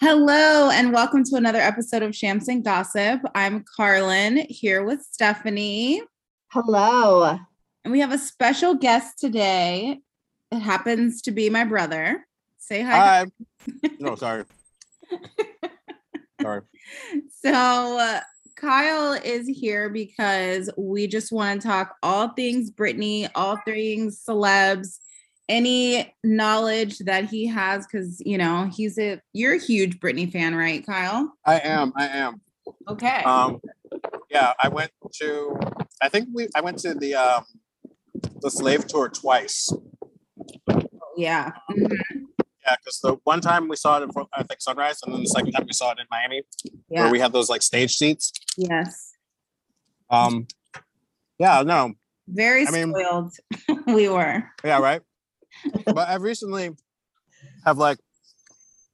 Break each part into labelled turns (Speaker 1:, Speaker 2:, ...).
Speaker 1: Hello, and welcome to another episode of Shams and Gossip. I'm Carlin here with Stephanie,
Speaker 2: Hello.
Speaker 1: and we have a special guest today. It happens to be my brother. Say hi.
Speaker 3: Hi. No, sorry. sorry.
Speaker 1: So uh, Kyle is here because we just want to talk all things Britney, all things celebs, any knowledge that he has because you know he's a you're a huge Britney fan, right, Kyle?
Speaker 3: I am. I am.
Speaker 1: Okay.
Speaker 3: Um, yeah, I went to. I think we. I went to the um, the slave tour twice.
Speaker 1: yeah. Mhm.
Speaker 3: Yeah, because the one time we saw it in Fort- I think Sunrise, and then the second time we saw it in Miami,
Speaker 1: Yeah.
Speaker 3: where we had those like stage seats.
Speaker 1: yes.
Speaker 3: Um, yeah. No.
Speaker 1: Very
Speaker 3: I mean-
Speaker 1: spoiled. we were.
Speaker 3: Yeah. Right. but I've recently have like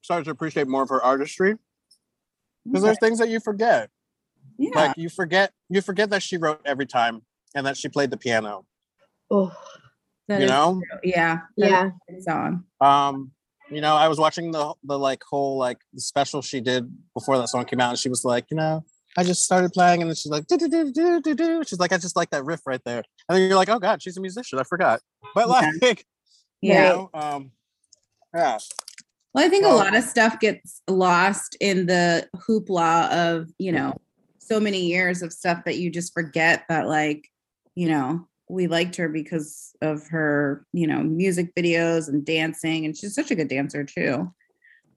Speaker 3: started to appreciate more of her artistry because there's things that you forget.
Speaker 1: yeah.
Speaker 3: like you forget you forget that she wrote every time and that she played the piano
Speaker 2: Oh,
Speaker 1: that
Speaker 3: you
Speaker 1: is
Speaker 3: know
Speaker 1: true. Yeah. that is
Speaker 2: yeah.
Speaker 1: a good song.
Speaker 3: um you know i was watching the the like whole like special she did before that song came out and she was like you know i just started playing and then she's like do do do do do do she's like i just like that riff right there and then you're like oh god she's a musician i forgot but
Speaker 1: Yeah.
Speaker 3: like you
Speaker 1: Yeah.
Speaker 3: know, um yeah
Speaker 1: Well, I think a
Speaker 3: Well-
Speaker 1: lot of stuff gets lost in the hoopla of, you know, so many years of stuff that you just forget that, like, you know, we liked her because of her, you know, music videos and dancing. And she's such a good dancer, too,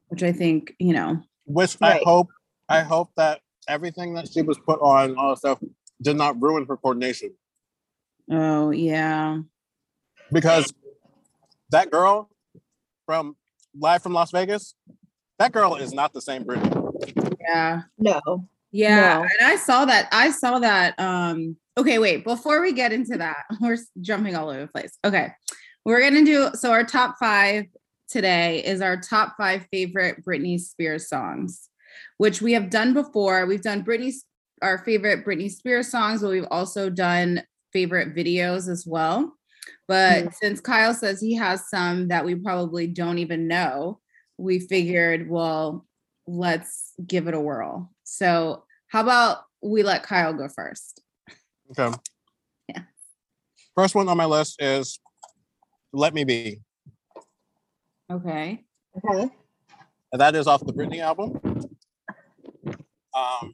Speaker 1: which I think, you know,
Speaker 3: which i
Speaker 2: Right.
Speaker 3: hope i hope that everything that she was put on all that stuff did not ruin her coordination
Speaker 1: oh, yeah.
Speaker 3: because that girl from live from Las Vegas, that girl is not the same Britney.
Speaker 1: Yeah.
Speaker 2: No.
Speaker 1: Yeah,
Speaker 2: No.
Speaker 1: and I saw that. I saw that. Um, okay, wait. Before we get into that, we're s- jumping all over the place. Okay, we're gonna do so. Our top five today is our top five favorite Britney Spears songs, which we have done before. We've done Britney our favorite Britney Spears songs, but we've also done favorite videos as well. But since Kyle says he has some that we probably don't even know, we figured, well, let's give it a whirl. So, how about we let Kyle go first?
Speaker 3: Okay.
Speaker 1: Yeah.
Speaker 3: First one on my list is Let Me Be.
Speaker 1: Okay.
Speaker 2: Okay.
Speaker 3: And that is off the Britney album. Um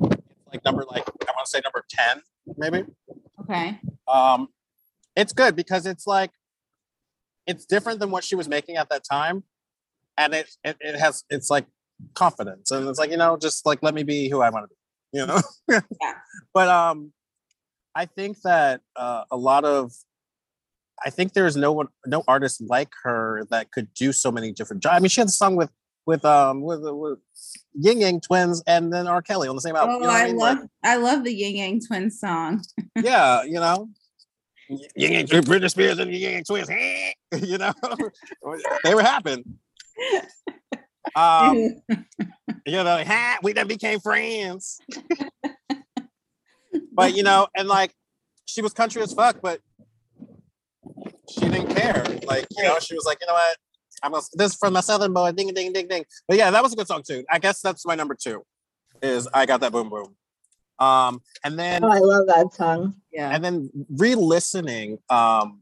Speaker 3: it's like number like I want to say number 10, maybe.
Speaker 1: Okay.
Speaker 3: Um it's good because it's like it's different than what she was making at that time. And it it, it has it's like confidence. And it's like, you know, just like let me be who I want to be, you know?
Speaker 1: Yeah.
Speaker 3: but um i think that uh, a lot of i think there's no one no artist like her that could do so many different jobs i mean she had a song with with um with, with ying yang twins and then r kelly on the same album
Speaker 1: Oh,
Speaker 3: you know what
Speaker 1: I
Speaker 3: mean?
Speaker 1: love I love the Yin Yang Twin song.
Speaker 3: Like, yeah you know Ying Yang, Britney Spears and Ying Yang Twins, you know, they were happening. Um, you know, like, ha, we done became friends. but you know, and like she was country as fuck, but she didn't care. Like, you know, she was like, you know what? I'm gonna, this is from my southern boy, ding ding ding ding. But yeah, that was a good song too. I guess that's my number two is I got that boom boom. Um and then
Speaker 2: Oh, I love that song.
Speaker 1: yeah.
Speaker 3: and then re-listening um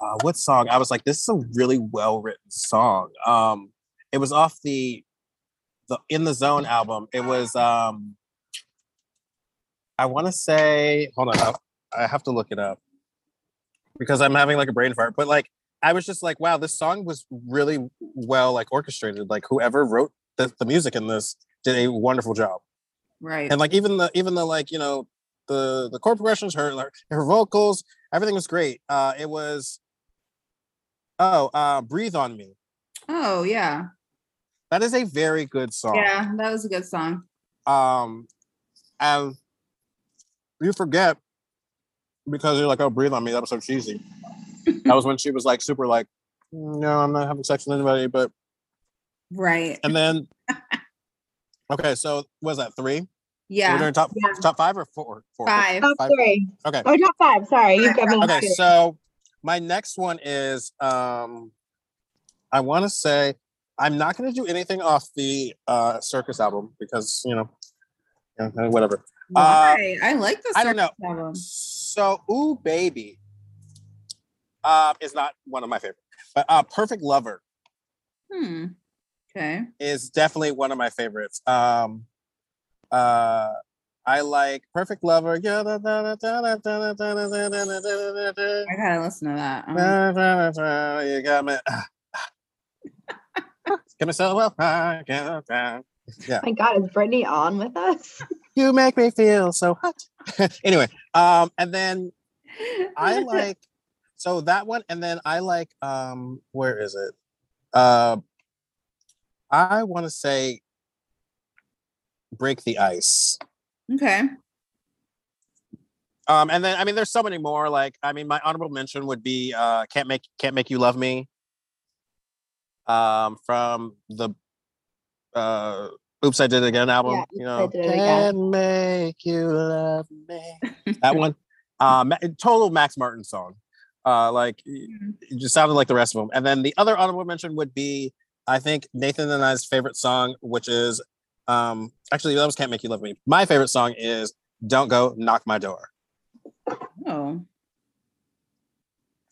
Speaker 3: uh, what song i was like this is a really well written song um it was off the the in the zone album it was um i want to say hold on I, I have to look it up because i'm having like a brain fart but like i was just like wow this song was really well like orchestrated like whoever wrote the, the music in this did a wonderful job
Speaker 1: Right.
Speaker 3: and like even the even the like you know the the chord progressions her her- her vocals everything was great uh it was oh uh breathe on me
Speaker 1: Oh yeah.
Speaker 3: that is a very good song
Speaker 1: Yeah, that was a good song.
Speaker 3: um and you forget because you're like oh breathe on me that was so cheesy that was when she was like super like no i'm not having sex with anybody but
Speaker 1: Right.
Speaker 3: and then okay so was that three we're
Speaker 1: Yeah.
Speaker 3: doing top
Speaker 2: Yeah.
Speaker 3: top five or four Four.
Speaker 1: Five.
Speaker 2: Top
Speaker 3: Five.
Speaker 2: three.
Speaker 3: okay
Speaker 2: Oh, top five. Sorry. You've got me.
Speaker 3: okay
Speaker 2: confused.
Speaker 3: so my next one is um i want to say I'm not gonna do anything off the uh circus album because you know, you know, whatever. Uh,
Speaker 1: Why? I like this.
Speaker 3: I don't know.
Speaker 1: Album.
Speaker 3: So Ooh Baby uh, is not one of my favorite, but uh, Perfect Lover
Speaker 1: Hmm. Okay.
Speaker 3: is definitely one of my favorites. Um, uh, I like Perfect Lover.
Speaker 1: I gotta listen to that. Um,
Speaker 3: Uh, You got me. Get myself up. I can't down.
Speaker 2: Oh My God, is Brittany on with us?
Speaker 3: You make me feel so hot. anyway, um, and then I like so that one, and then I like um where is it? Uh I want to say break the ice.
Speaker 1: okay.
Speaker 3: Um, and then I mean there's so many more. Like, I mean, my honorable mention would be uh Can't Make Can't Make You Love Me. Um from the uh Oops I Did It Again album.
Speaker 2: Yeah,
Speaker 3: you
Speaker 2: I
Speaker 3: know,
Speaker 2: Did It Again.
Speaker 3: Can't make you love me. that one. Uh, Ma- total Max Martin song. Uh, like it just sounded like the rest of them. And then the other honorable mention would be, I think Nathan and I's favorite song, which is, um, actually that was "Can't Make You Love Me." My favorite song is "Don't Go Knock My Door."
Speaker 1: Oh.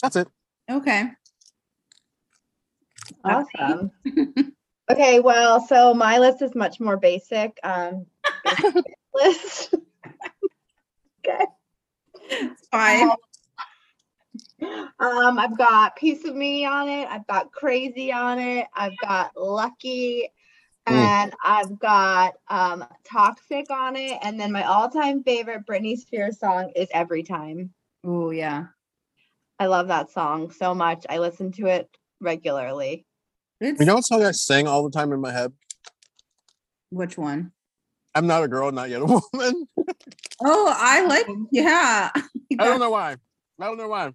Speaker 3: That's it.
Speaker 1: Okay.
Speaker 2: Awesome. okay, well, so my list is much more basic. Um, list.
Speaker 1: It's fine.
Speaker 2: Um, I've got Piece of Me on it. I've got Crazy on it. I've got Lucky.
Speaker 3: Mm.
Speaker 2: And I've got um, Toxic on it. And then my all time favorite Britney Spears song is Every Time.
Speaker 1: Oh yeah.
Speaker 2: I love that song so much. I listen to it regularly.
Speaker 1: It's,
Speaker 3: You know what song I sing all the time in my head?
Speaker 1: which one?
Speaker 3: "I'm Not a Girl, Not Yet a Woman."
Speaker 1: Oh, I like.
Speaker 2: Um, oh,
Speaker 1: Yeah.
Speaker 3: I don't know why. I don't know why.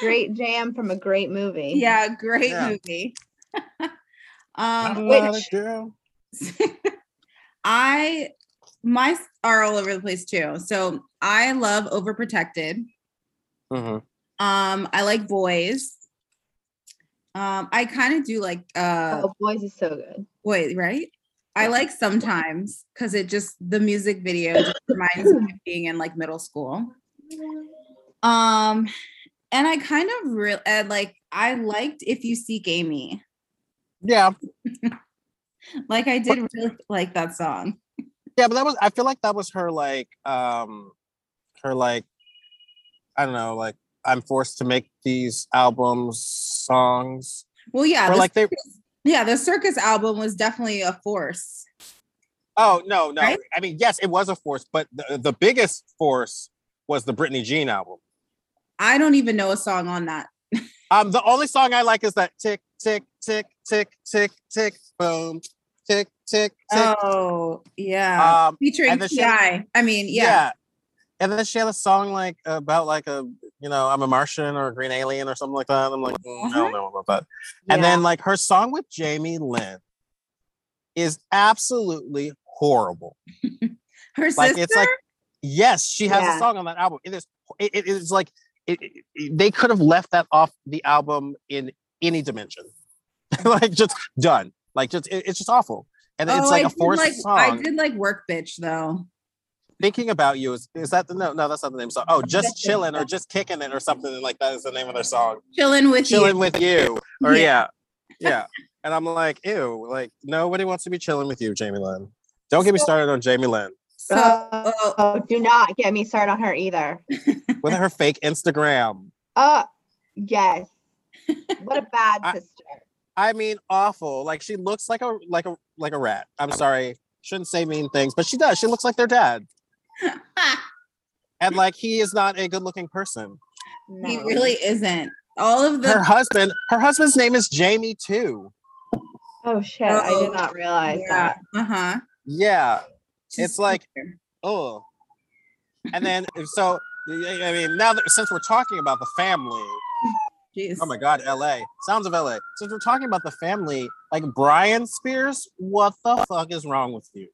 Speaker 2: Great jam from a great movie.
Speaker 1: Yeah. Great
Speaker 3: Yeah.
Speaker 1: movie.
Speaker 3: I'm
Speaker 1: um.
Speaker 3: not a
Speaker 2: which-
Speaker 3: girl.
Speaker 1: I my s- are all over the place too. So I love overprotected.
Speaker 3: Mhm.
Speaker 1: Um, I like boys. Um, I kind of do like uh
Speaker 2: Oh, Boys is so good.
Speaker 1: boys, right? I
Speaker 2: Yeah.
Speaker 1: like sometimes because it just the music video just reminds me of being in like middle school. Um, and I kind of real and like I liked if you seek Amy.
Speaker 3: Yeah,
Speaker 1: Like I did really like that song.
Speaker 3: yeah, but that was. I feel like that was her like, um, her like, I don't know, like I'm forced to make these albums songs.
Speaker 1: Well, yeah,
Speaker 3: or
Speaker 1: the-
Speaker 3: like they
Speaker 1: yeah, the circus album was definitely a force.
Speaker 3: oh no no
Speaker 1: Right?
Speaker 3: i mean yes it was a force but the, the biggest force was the britney jean album
Speaker 1: I don't even know a song on that.
Speaker 3: um the only song i like is that tick tick tick tick tick tick boom tick tick tick
Speaker 1: Oh, yeah.
Speaker 3: um
Speaker 1: Featuring
Speaker 3: and the
Speaker 1: Ti. I mean,
Speaker 3: yeah.
Speaker 1: yeah.
Speaker 3: and then she had a song like about like a you know i'm a martian or a green alien or something like that i'm like mm, i
Speaker 1: Uh-huh.
Speaker 3: don't know about that and then like her song with jamie lynn is absolutely horrible
Speaker 1: Her
Speaker 3: like
Speaker 1: sister.
Speaker 3: it's like yes she has a
Speaker 2: Yeah.
Speaker 3: song on that album it is it, it is like it, it- it- they could have left that off the album in any dimension like just done like just it- it's just awful and
Speaker 1: oh,
Speaker 3: it's like
Speaker 1: I
Speaker 3: a
Speaker 1: did
Speaker 3: forced
Speaker 1: like, I
Speaker 3: song
Speaker 1: did like work bitch though.
Speaker 3: thinking about you is, is that the no no that's not the name of the song oh just
Speaker 2: That's it.
Speaker 3: chilling or just kicking it or something like that is the name of their song
Speaker 1: Chilling with
Speaker 3: chilling
Speaker 1: you.
Speaker 3: with you or yeah
Speaker 1: Yeah.
Speaker 3: yeah and i'm like ew like nobody wants to be chilling with you jamie lynn don't get me
Speaker 1: So-
Speaker 3: started on jamie lynn
Speaker 1: So
Speaker 2: Oh,
Speaker 1: oh,
Speaker 2: do not get me started on her either.
Speaker 3: with her fake instagram
Speaker 2: Oh, yes. What a bad
Speaker 3: I-
Speaker 2: sister.
Speaker 3: I mean, awful. Like she looks like a like a like a rat. I'm sorry, shouldn't say mean things, but she does. She looks like their dad,
Speaker 1: ha,
Speaker 3: and like he is not a good-looking person.
Speaker 1: he
Speaker 2: No.
Speaker 1: really isn't. All of
Speaker 3: Her
Speaker 1: the
Speaker 3: husband, her husband's name is Jamie too.
Speaker 2: Oh shit! I
Speaker 1: Oh,
Speaker 2: did not realize
Speaker 1: yeah,
Speaker 2: that.
Speaker 1: uh-huh.
Speaker 3: Yeah,
Speaker 1: She's-
Speaker 3: It's like- oh. And then so I mean, now that since we're talking about the family,
Speaker 1: Jeez.
Speaker 3: oh my God, L.A. Sounds of L.A. Since we're talking about the family, like Brian Spears, what the fuck is wrong with you?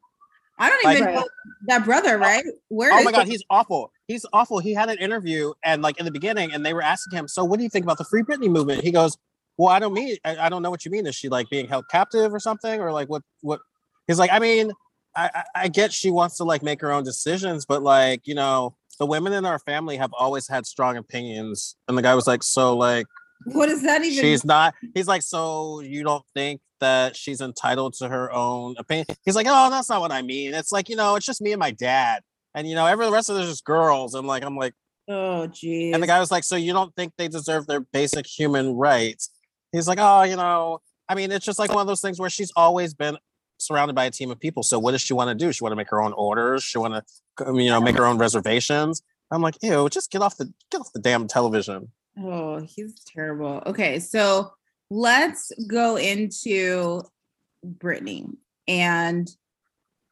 Speaker 1: I don't
Speaker 3: like-
Speaker 1: even know that brother, right? Where
Speaker 3: Oh
Speaker 1: is
Speaker 3: my god,
Speaker 1: he?
Speaker 3: he's awful. He's awful. He had an interview and like in the beginning, and they were asking him, "So what do you think about the Free Britney movement?" He goes, well, I don't mean I, I don't know what you mean. Is she like being held captive or something? Or like what what he's like, I mean, I, I, I get she wants to like make her own decisions, but like, you know, the women in our family have always had strong opinions. And the guy was like, so like
Speaker 1: What does that even?
Speaker 3: she's not he's like, so you don't think that she's entitled to her own opinion? He's like, Oh, that's not what I mean. It's like, you know, it's just me and my dad. And you know, every the rest of there's just girls. And like I'm like
Speaker 1: oh, geez.
Speaker 3: and the guy was like, "So you don't think they deserve their basic human rights?" He's like, "Oh, you know, I mean, it's just like one of those things where she's always been surrounded by a team of people. So what does she want to do? She want to make her own orders. She want to, you know, make her own reservations." I'm like, "Ew, just get off the get off the damn television."
Speaker 1: Oh, he's terrible. Okay, so let's go into Brittany and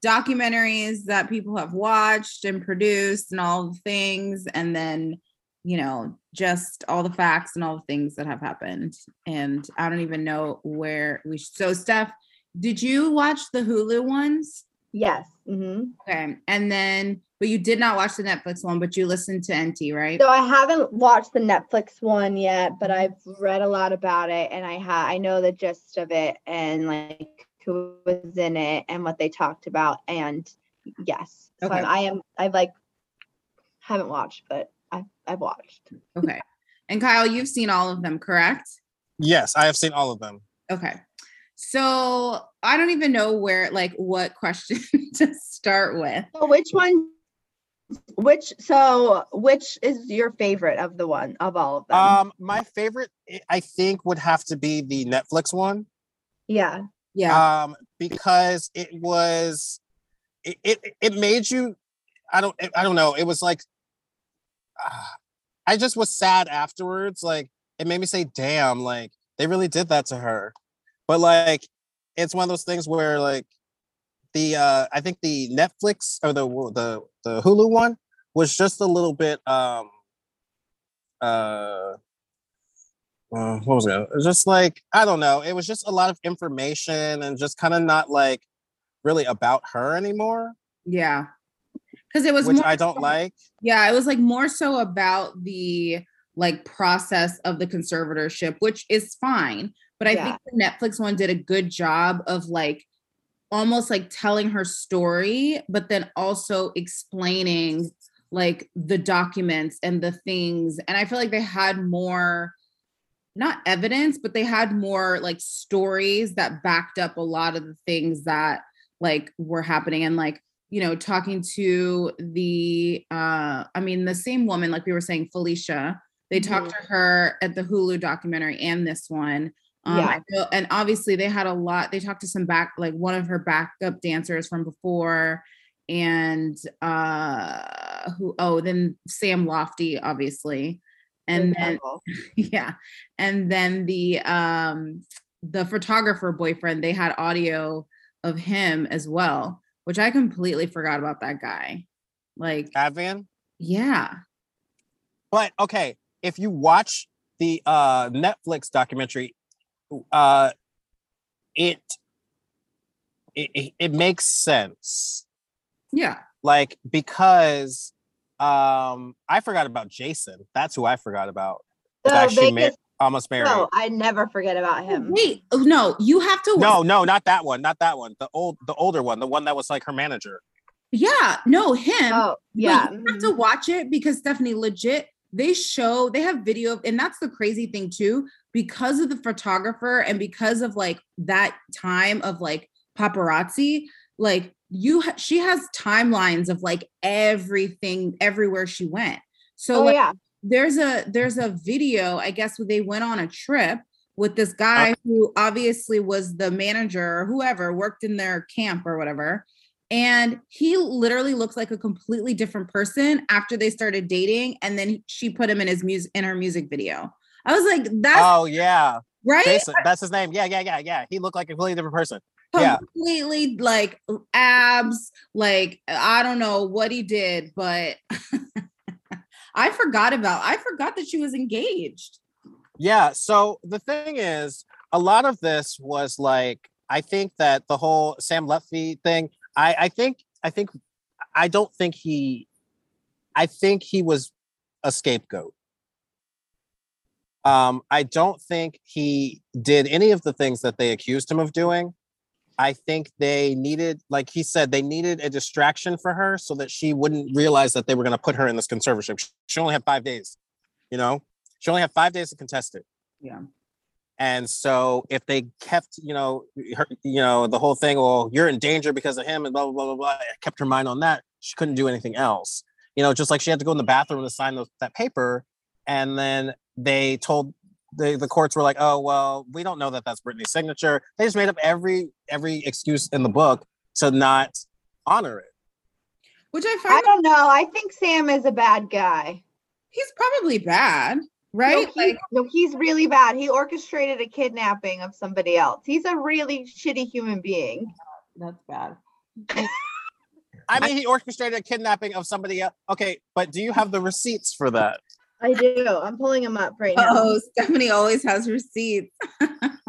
Speaker 1: documentaries that people have watched and produced and all the things, and then you know, just all the facts and all the things that have happened. And I don't even know where we so Steph, did you watch the Hulu ones?
Speaker 2: Yes. hmm
Speaker 1: Okay. And then but you did not watch the Netflix one, but you listened to NT, right?
Speaker 2: So I haven't watched the Netflix one yet, but I've read a lot about it, and I ha- I know the gist of it and like who was in it and what they talked about, and yes, so
Speaker 1: Okay.
Speaker 2: I'm, I am I like haven't watched, but I I've watched.
Speaker 1: Okay. And Kyle, you've seen all of them, correct?
Speaker 3: Yes, I have seen all of them.
Speaker 1: Okay. So I don't even know where, like, what question to start with.
Speaker 2: So which one? Which so which is your favorite of the one of all of them?
Speaker 1: Uh,
Speaker 3: Um, my favorite, I- I think, would have to be the Netflix one.
Speaker 2: yeah.
Speaker 1: Yeah.
Speaker 3: um, because it was it, it it made you I don't I don't know it was like ah, I just was sad afterwards like it made me say damn like they really did that to her but like it's one of those things where like the uh I think the Netflix or the the the Hulu one was just a little bit um uh uh, what was it? It was Just like I don't know. It was just a lot of information and just kind of not like really about her anymore,
Speaker 1: yeah. Because it was
Speaker 3: which
Speaker 1: more,
Speaker 3: I don't like.
Speaker 1: yeah, it was like more so about the like process of the conservatorship, which is fine. But I
Speaker 2: Yeah.
Speaker 1: think the Netflix one did a good job of like almost like telling her story, but then also explaining like the documents and the things. And I feel like they had more not evidence, but they had more like stories that backed up a lot of the things that like were happening and like you know talking to the uh I mean the same woman like we were saying Felicia they talked to her at the Hulu documentary and this one um
Speaker 2: Yeah.
Speaker 1: I feel- and obviously they had a lot they talked to some back like one of her backup dancers from before and uh who oh then Sam Lofty obviously and then
Speaker 2: Example.
Speaker 1: yeah and then the um the photographer boyfriend they had audio of him as well which i completely forgot about that guy like
Speaker 3: Advan.
Speaker 1: yeah
Speaker 3: But okay, if you watch the uh Netflix documentary, uh it it, it, it makes sense.
Speaker 1: yeah
Speaker 3: Like because um I forgot about Jason. That's who I forgot about. Was
Speaker 2: So
Speaker 3: actually
Speaker 2: Vegas-
Speaker 3: mar- almost married.
Speaker 2: no, I never forget about him.
Speaker 1: wait oh, no you have to
Speaker 3: No, no, not that one, not that one. The old, the older one, the one that was like her manager.
Speaker 1: yeah no him No,
Speaker 2: Oh yeah.
Speaker 1: you have to watch it because Stephanie, legit, they show they have video, of- and that's the crazy thing too, because of the photographer and because of like that time of like paparazzi, like you, ha- she has timelines of like everything, everywhere she went. So
Speaker 2: oh
Speaker 1: like,
Speaker 2: yeah.
Speaker 1: there's a there's a video, I guess, where they went on a trip with this guy
Speaker 3: Uh-huh.
Speaker 1: who obviously was the manager or whoever worked in their camp or whatever. And he literally looked like a completely different person after they started dating. And then he- she put him in his music in her music video. I was like, that's
Speaker 3: Oh yeah,
Speaker 1: right.
Speaker 3: Jason. That's his name. Yeah, yeah, yeah, yeah. He looked like a completely different person. yeah.
Speaker 1: Completely like abs. Like, I don't know what he did, but I forgot about, I forgot that she was engaged.
Speaker 3: Yeah. So the thing is, a lot of this was like, I think that the whole Sam Lutfi thing. I, I think, I think, I don't think he, I think he was a scapegoat. Um, I don't think he did any of the things that they accused him of doing. I think they needed, like he said, they needed a distraction for her so that she wouldn't realize that they were going to put her in this conservatorship. She only had five days, you know? She only had five days to contest it.
Speaker 1: Yeah.
Speaker 3: And so if they kept, you know, her, you know, the whole thing, well, you're in danger because of him and blah, blah, blah, blah, blah, kept her mind on that. She couldn't do anything else. You know, just like she had to go in the bathroom and sign those, that paper. And then they told the, the courts were like, oh, well, we don't know that that's Britney's signature. They just made up every every excuse in the book to not honor it.
Speaker 1: Which I
Speaker 2: I
Speaker 1: find
Speaker 2: don't know. I think Sam is a bad guy.
Speaker 1: he's probably bad,
Speaker 2: No,
Speaker 1: right?
Speaker 2: he-
Speaker 1: Like
Speaker 2: no, he's really bad. He orchestrated a kidnapping of somebody else. He's a really shitty human being.
Speaker 1: that's bad.
Speaker 3: I mean, he orchestrated a kidnapping of somebody else. Okay, but do you have the receipts for that?
Speaker 2: I do. I'm pulling him up right now.
Speaker 1: Oh, Stephanie always has receipts.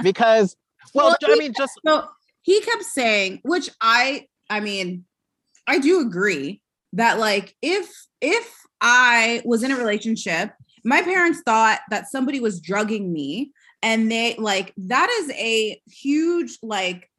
Speaker 3: Because, well,
Speaker 1: Well,
Speaker 3: I mean, just
Speaker 1: So he kept saying, which I I mean, I do agree that like if if I was in a relationship, my parents thought that somebody was drugging me and they like that is a huge like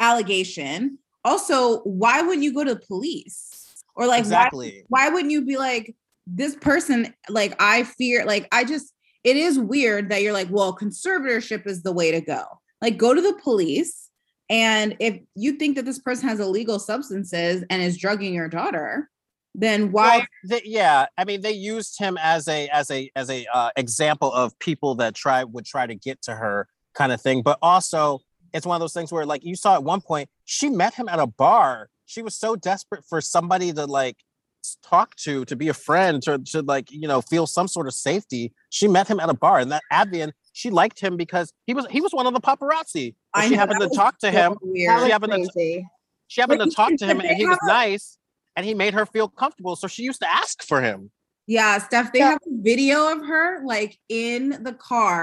Speaker 1: allegation. Also, why wouldn't you go to the police? Or like why
Speaker 3: exactly.
Speaker 1: why wouldn't you be like this person like i fear like i just it is weird that you're like well conservatorship is the way to go like go to the police and if you think that this person has illegal substances and is drugging your daughter then why
Speaker 3: Well, they, yeah, I mean, they used him as a as a as a uh, example of people that try would try to get to her kind of thing. But also, it's one of those things where, like, you saw at one point, she met him at a bar. She was so desperate for somebody to like s- talk to, to be a friend, to to like you know feel some sort of safety. She met him at a bar, and that Adrian, she liked him because he was he was one of the paparazzi. And
Speaker 1: I
Speaker 3: she
Speaker 1: know,
Speaker 3: happened
Speaker 1: that
Speaker 3: to
Speaker 1: was
Speaker 3: talk to him.
Speaker 1: weird
Speaker 2: That
Speaker 3: She
Speaker 2: was
Speaker 3: happened to-
Speaker 2: crazy.
Speaker 3: She happened
Speaker 1: But
Speaker 3: to
Speaker 1: you-
Speaker 3: talk to him,
Speaker 1: but
Speaker 3: and
Speaker 1: they
Speaker 3: he was
Speaker 1: have a-
Speaker 3: nice, and he made her feel comfortable. So she used to ask for him.
Speaker 1: Yeah, Steph, they
Speaker 2: Yeah.
Speaker 1: have a video of her like in the car,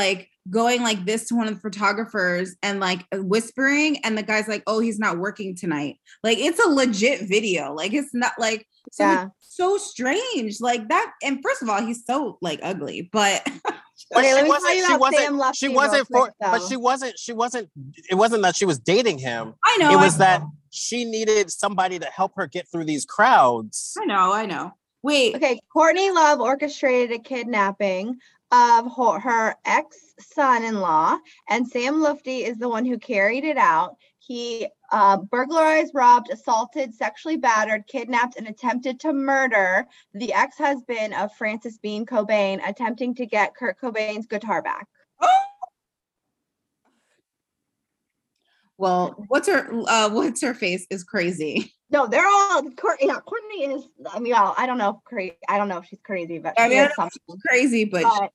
Speaker 1: like going like this to one of the photographers and like uh, whispering. And the guy's like, oh, he's not working tonight. Like it's a legit video. Like it's not like so, it's
Speaker 2: Yeah.
Speaker 1: so strange. Like that. And first of all, he's so like ugly, but
Speaker 3: But
Speaker 2: Okay,
Speaker 3: she
Speaker 2: let me tell
Speaker 3: wasn't-
Speaker 2: you
Speaker 3: she
Speaker 2: about
Speaker 3: wasn't-
Speaker 2: Sam Lefty
Speaker 3: She
Speaker 2: real
Speaker 3: wasn't for,
Speaker 2: quick,
Speaker 3: but
Speaker 2: though.
Speaker 3: she wasn't. She wasn't. It wasn't that she was dating him.
Speaker 1: I know.
Speaker 3: it
Speaker 1: I
Speaker 3: was that
Speaker 1: know,
Speaker 3: she needed somebody to help her get through these crowds.
Speaker 1: I know. I know. Wait.
Speaker 2: Okay, Courtney Love orchestrated a kidnapping of ho- her ex son in law, and Sam Lufty is the one who carried it out. He uh, burglarized, robbed, assaulted, sexually battered, kidnapped, and attempted to murder the ex husband of Francis Bean Cobain, attempting to get Kurt Cobain's guitar back.
Speaker 1: Oh. Well, what's her uh what's her face is crazy.
Speaker 2: No, they're all Courtney. Yeah, Courtney is. I mean, well, I don't know. If cra- I don't know if she's crazy, but
Speaker 1: I
Speaker 2: she
Speaker 1: mean, I
Speaker 2: is
Speaker 1: don't
Speaker 2: something.
Speaker 1: Crazy, but
Speaker 2: But
Speaker 1: like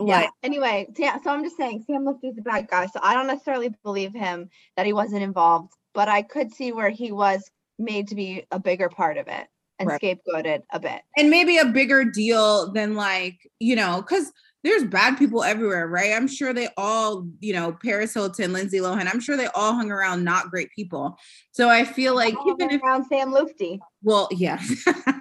Speaker 2: Uh, Yeah. Anyway, yeah. So I'm just saying, Sam Lifty's a bad guy. So I don't necessarily believe him that he wasn't involved, but I could see where he was made to be a bigger part of it and
Speaker 1: Right.
Speaker 2: scapegoated a bit.
Speaker 1: and maybe a bigger deal than like you know because there's bad people everywhere right i'm sure they all you know paris hilton lindsay lohan i'm sure they all hung around not great people so i feel like
Speaker 2: All
Speaker 1: even if
Speaker 2: around Sam Lifty.
Speaker 1: well yeah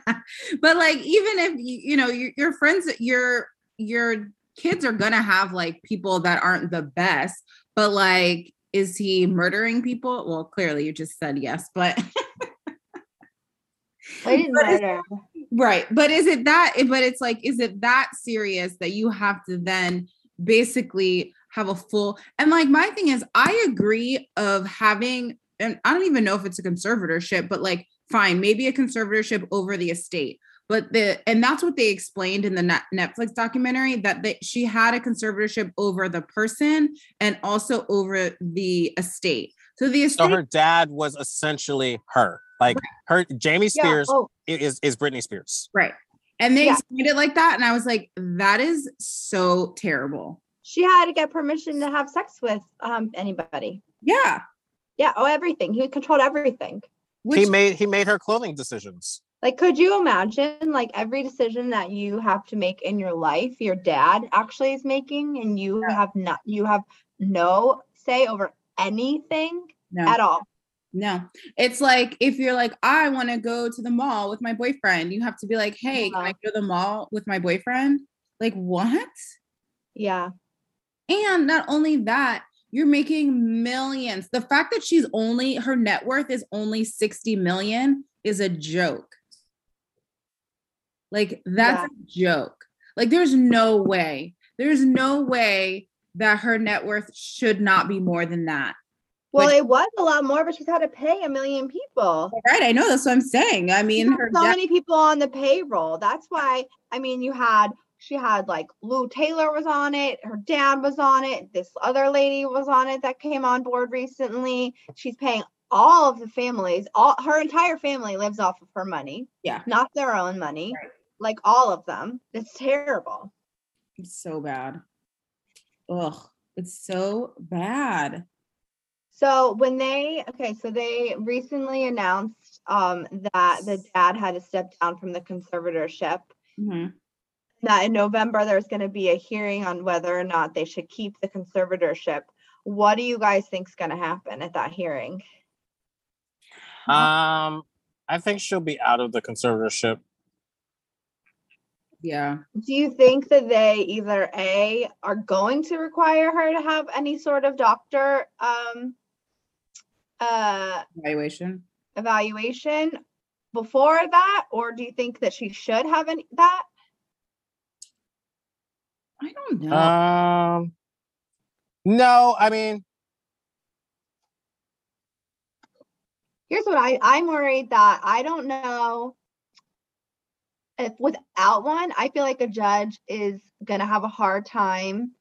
Speaker 1: but like even if you, you know your, your friends your your kids are gonna have like people that aren't the best but like is he murdering people well clearly you just said yes but
Speaker 2: I didn't
Speaker 1: But it's-
Speaker 2: murder.
Speaker 1: Right. But is it that, eh, but it's like, is it that serious that you have to then basically have a full, and like, my thing is, I agree of having, and I don't even know if it's a conservatorship, but like, fine, maybe a conservatorship over the estate. But the, and that's what they explained in the Net- Netflix documentary that they, she had a conservatorship over the person and also over the estate. So the estate,
Speaker 3: So her dad was essentially her. Like her Jamie
Speaker 2: Yeah.
Speaker 3: Spears
Speaker 2: Oh,
Speaker 3: i- is is Britney Spears.
Speaker 1: right. And they
Speaker 2: Yeah.
Speaker 1: explained it like that. And I was like, that is so terrible.
Speaker 2: she had to get permission to have sex with um anybody.
Speaker 1: Yeah.
Speaker 2: Yeah. Oh, everything. He controlled everything.
Speaker 1: Which
Speaker 3: he made he made her clothing decisions.
Speaker 2: Like, could you imagine like every decision that you have to make in your life, your dad actually is making, and you have not, you have no say over anything
Speaker 1: no,
Speaker 2: at all.
Speaker 1: no. It's like if you're like, I want to go to the mall with my boyfriend, you have to be like, hey, can I
Speaker 2: Yeah.
Speaker 1: go to the mall with my boyfriend? Like, what?
Speaker 2: Yeah.
Speaker 1: And not only that, you're making millions. The fact that she's only her net worth is only 60 million is a joke. Like that's a joke. Like there's no way. There's no way that her net worth should not be more than that.
Speaker 2: Well,
Speaker 1: Like-
Speaker 2: it was a lot more, but she's had to pay a million people.
Speaker 1: Right? I know that's what I'm saying. I
Speaker 2: She
Speaker 1: mean,
Speaker 2: had
Speaker 1: her
Speaker 2: so
Speaker 1: debt-
Speaker 2: many people on the payroll. That's why I mean you had she had like Lou Taylor was on it, her dad was on it, this other lady was on it that came on board recently. She's paying all of the families, all her entire family lives off of her money.
Speaker 1: Yeah.
Speaker 2: Not their own money.
Speaker 1: Right.
Speaker 2: Like all of them. It's terrible.
Speaker 1: it's so bad. Ugh, it's so bad.
Speaker 2: So when they okay, so they recently announced um that the dad had to step down from the conservatorship
Speaker 1: Mhm.
Speaker 2: that in November there's going to be a hearing on whether or not they should keep the conservatorship. What do you guys think's going to happen at that hearing?
Speaker 3: Um, I think she'll be out of the conservatorship.
Speaker 1: Yeah.
Speaker 2: Do you think that they either A are going to require her to have any sort of doctor um uh
Speaker 1: Evaluation.
Speaker 2: evaluation before that or do you think that she should have any that?
Speaker 1: I don't know.
Speaker 3: Um, no, I mean,
Speaker 2: here's what I, I'm worried that I don't know if without one, I feel like a judge is gonna have a hard time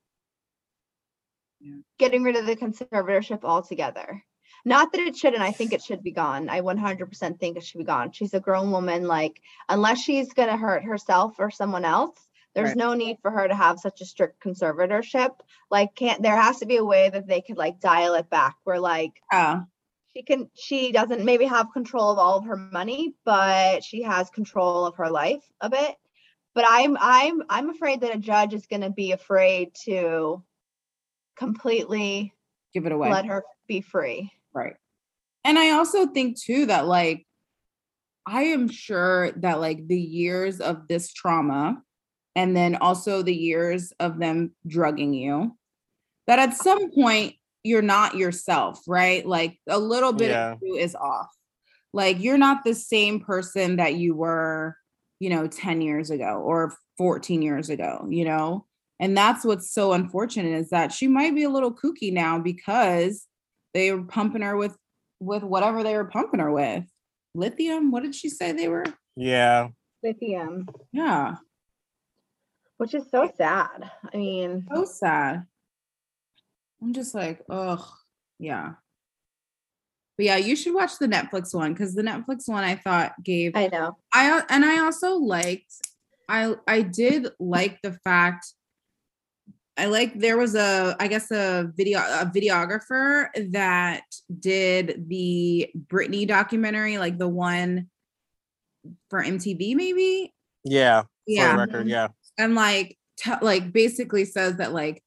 Speaker 1: Yeah.
Speaker 2: getting rid of the conservatorship altogether. Not that it shouldn't, I think it should be gone. I 100% think it should be gone. She's a grown woman, like, unless she's gonna hurt herself or someone else. There's
Speaker 1: Right.
Speaker 2: no need for her to have such a strict conservatorship. Like, can't there has to be a way that they could like dial it back where like
Speaker 1: yeah.
Speaker 2: she can she doesn't maybe have control of all of her money but she has control of her life a bit but i'm i'm i'm afraid that a judge is going to be afraid to completely
Speaker 1: Give it away.
Speaker 2: let her be free
Speaker 1: Right. And I also think too that like I am sure that like the years of this trauma and then also the years of them drugging you that at some point you're not yourself, right? Like a little bit
Speaker 3: Yeah.
Speaker 1: of you is off. Like you're not the same person that you were, you know, 10 years ago or 14 years ago, you know? And that's what's so unfortunate is that she might be a little kooky now because they were pumping her with with whatever they were pumping her with lithium what did she say they were
Speaker 3: yeah.
Speaker 2: lithium
Speaker 1: yeah
Speaker 2: um, which is so sad i mean
Speaker 1: so sad i'm just like ugh yeah but yeah you should watch the netflix one because the netflix one i thought gave
Speaker 2: i know
Speaker 1: I al- and I also liked I I did like the fact I like there was a I guess a video a videographer that did the Britney documentary like the one for MTV maybe
Speaker 3: Yeah. For
Speaker 1: yeah
Speaker 3: the record, yeah.
Speaker 1: and like te- like basically says that like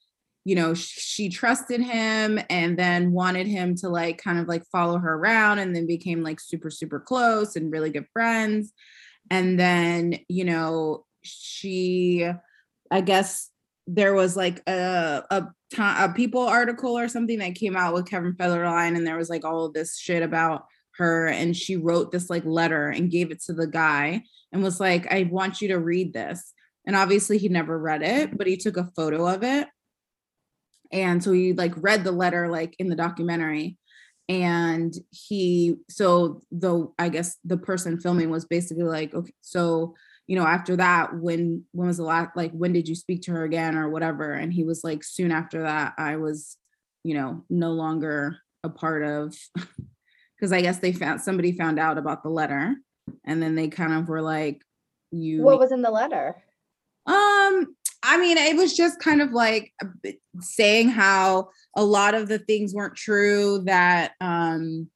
Speaker 1: you know sh- she trusted him and then wanted him to like kind of like follow her around and then became like super super close and really good friends and then you know she i guess there was like a a, ti- a people article or something that came out with Kevin Federline and there was like all of this shit about her and she wrote this like letter and gave it to the guy and was like I want you to read this and obviously he never read it but he took a photo of it and so he like read the letter like in the documentary and he so the i guess the person filming was basically like okay so you know after that when when was the last like when did you speak to her again or whatever and he was like soon after that i was you know no longer a part of because i guess they found somebody found out about the letter and then they kind of were like you
Speaker 2: what was in the letter
Speaker 1: um, I mean, it was just kind of like a bit- saying how a lot of the things weren't true that um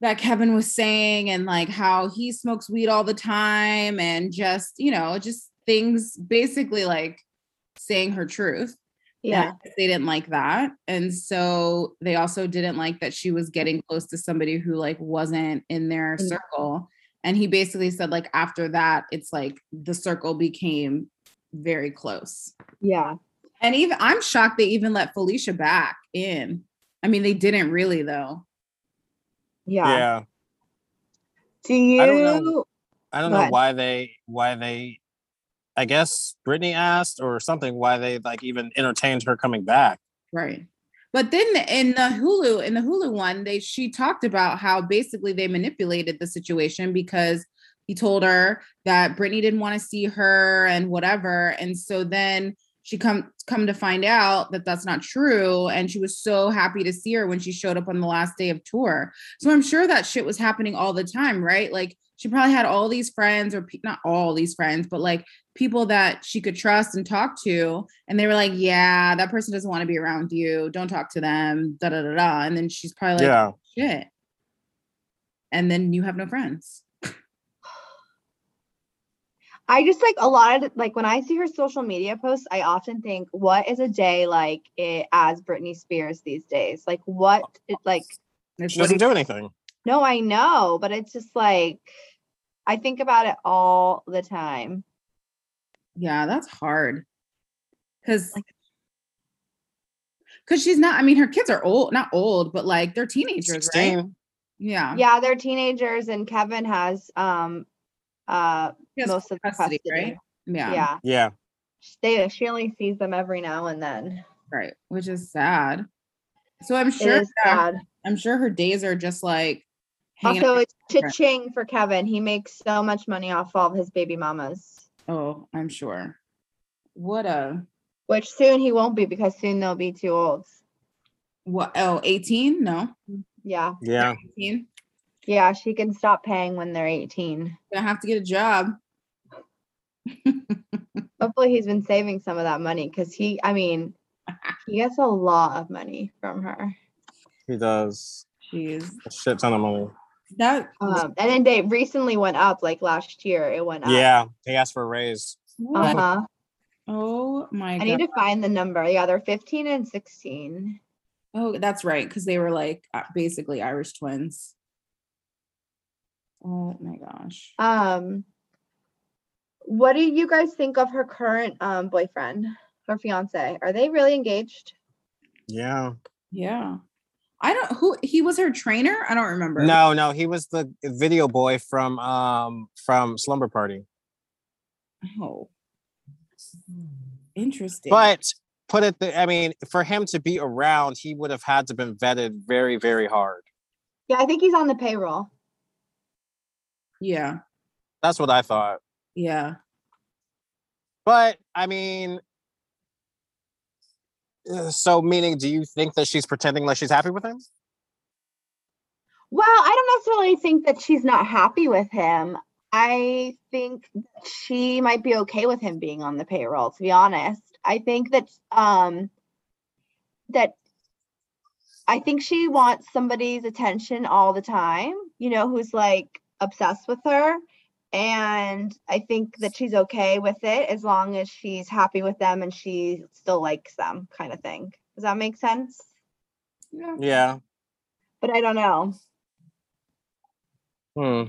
Speaker 1: that Kevin was saying and like how he smokes weed all the time and just, you know, just things basically like saying her truth.
Speaker 2: yeah
Speaker 1: And They didn't like that. And so they also didn't like that she was getting close to somebody who like wasn't in their
Speaker 2: Mm.
Speaker 1: circle. And he basically said like after that it's like the circle became very close.
Speaker 2: yeah
Speaker 1: And even I'm shocked they even let Felicia back in. I mean, they didn't really though.
Speaker 2: Yeah.
Speaker 3: Yeah.
Speaker 2: Do you?
Speaker 3: I don't know. I don't
Speaker 2: Go
Speaker 3: know
Speaker 2: ahead.
Speaker 3: why they why they I guess Brittany asked or something why they like even entertained her coming back.
Speaker 1: Right. But then in the Hulu, in the Hulu one, they she talked about how basically they manipulated the situation because he told her that Brittany didn't want to see her and whatever. And so then she come come to find out that that's not true. And she was so happy to see her when she showed up on the last day of tour. So I'm sure that shit was happening all the time, right? Like she probably had all these friends, or pe- not all these friends, but like people that she could trust and talk to and they were like yeah that person doesn't want to be around you don't talk to them da da da da and then she's probably like
Speaker 3: yeah.
Speaker 1: shit and then you have no friends
Speaker 2: I just like a lot of like when I see her social media posts, I often think, what is a day like it, as Britney Spears these days? Like what? It, like
Speaker 1: It's
Speaker 3: She doesn't
Speaker 1: like-
Speaker 3: do anything.
Speaker 2: no, I know, but it's just like I think about it all the time.
Speaker 1: yeah that's hard because because she's not i mean her kids are old not old but like they're teenagers right
Speaker 3: 16.
Speaker 1: yeah
Speaker 2: Yeah, they're teenagers, and Kevin has um uh
Speaker 1: She has
Speaker 2: most of the
Speaker 1: custody,
Speaker 2: custody.
Speaker 1: right? yeah,
Speaker 2: Yeah.
Speaker 3: Yeah.
Speaker 2: They, she only sees them every now and then.
Speaker 1: right which is sad so i'm
Speaker 2: It
Speaker 1: sure
Speaker 2: is
Speaker 1: that-
Speaker 2: sad.
Speaker 1: i'm sure her days are just like hanging out.
Speaker 2: Also, it's cha-ching for Kevin. He makes so much money off all of his baby mamas.
Speaker 1: oh i'm sure what a
Speaker 2: Which soon he won't be because soon they'll be too old.
Speaker 1: What? Oh, 18? No,
Speaker 2: Yeah.
Speaker 3: Yeah.
Speaker 1: 18.
Speaker 2: Yeah. She can stop paying when they're 18.
Speaker 1: Gonna have to get a job.
Speaker 2: Hopefully he's been saving some of that money because he, I mean, he gets a lot of money from her.
Speaker 3: He does
Speaker 1: Jeez.
Speaker 3: a shit ton of money.
Speaker 1: That.
Speaker 2: Um, and then they recently went up, like last year, it went up.
Speaker 3: Yeah. He asked for a raise.
Speaker 1: what?
Speaker 2: Uh huh.
Speaker 1: Oh my
Speaker 2: I
Speaker 1: god.
Speaker 2: need to find the number. Yeah, they're 15 and 16.
Speaker 1: oh, that's right. Because they were like uh, basically Irish twins. Oh my gosh.
Speaker 2: Um, what do you guys think of her current um boyfriend, her fiance? Are they really engaged?
Speaker 3: Yeah.
Speaker 1: Yeah. I don't. Who he was her trainer? I don't remember.
Speaker 3: No, no, he was the video boy from um from Slumber Party.
Speaker 1: Oh. Interesting.
Speaker 3: But put it th- I mean, for him to be around, he would have had to been vetted very, very hard.
Speaker 2: Yeah, I think he's on the payroll.
Speaker 1: yeah.
Speaker 3: That's what I thought.
Speaker 1: Yeah.
Speaker 3: But I mean, uh, so meaning, do you think that she's pretending like she's happy with him?
Speaker 2: Well, I don't necessarily think that she's not happy with him. I think that she might be okay with him being on the payroll, to be honest. I think that um that I think she wants somebody's attention all the time, you know, who's like obsessed with her. And I think that she's okay with it as long as she's happy with them and she still likes them, kind of thing. Does that make sense?
Speaker 1: Yeah.
Speaker 3: Yeah.
Speaker 2: But I don't know.
Speaker 3: Hmm.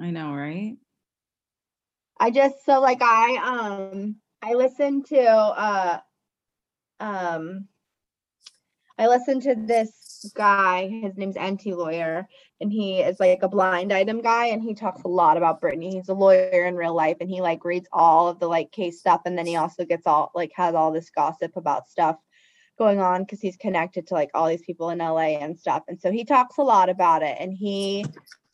Speaker 1: I know, right?
Speaker 2: I just so like I um I listened to uh um I listened to this guy, his name's NT Lawyer, and he is like a blind item guy and he talks a lot about Brittany. He's a lawyer in real life and he like reads all of the like case stuff and then he also gets all like has all this gossip about stuff going on because he's connected to like all these people in LA and stuff. And so he talks a lot about it and he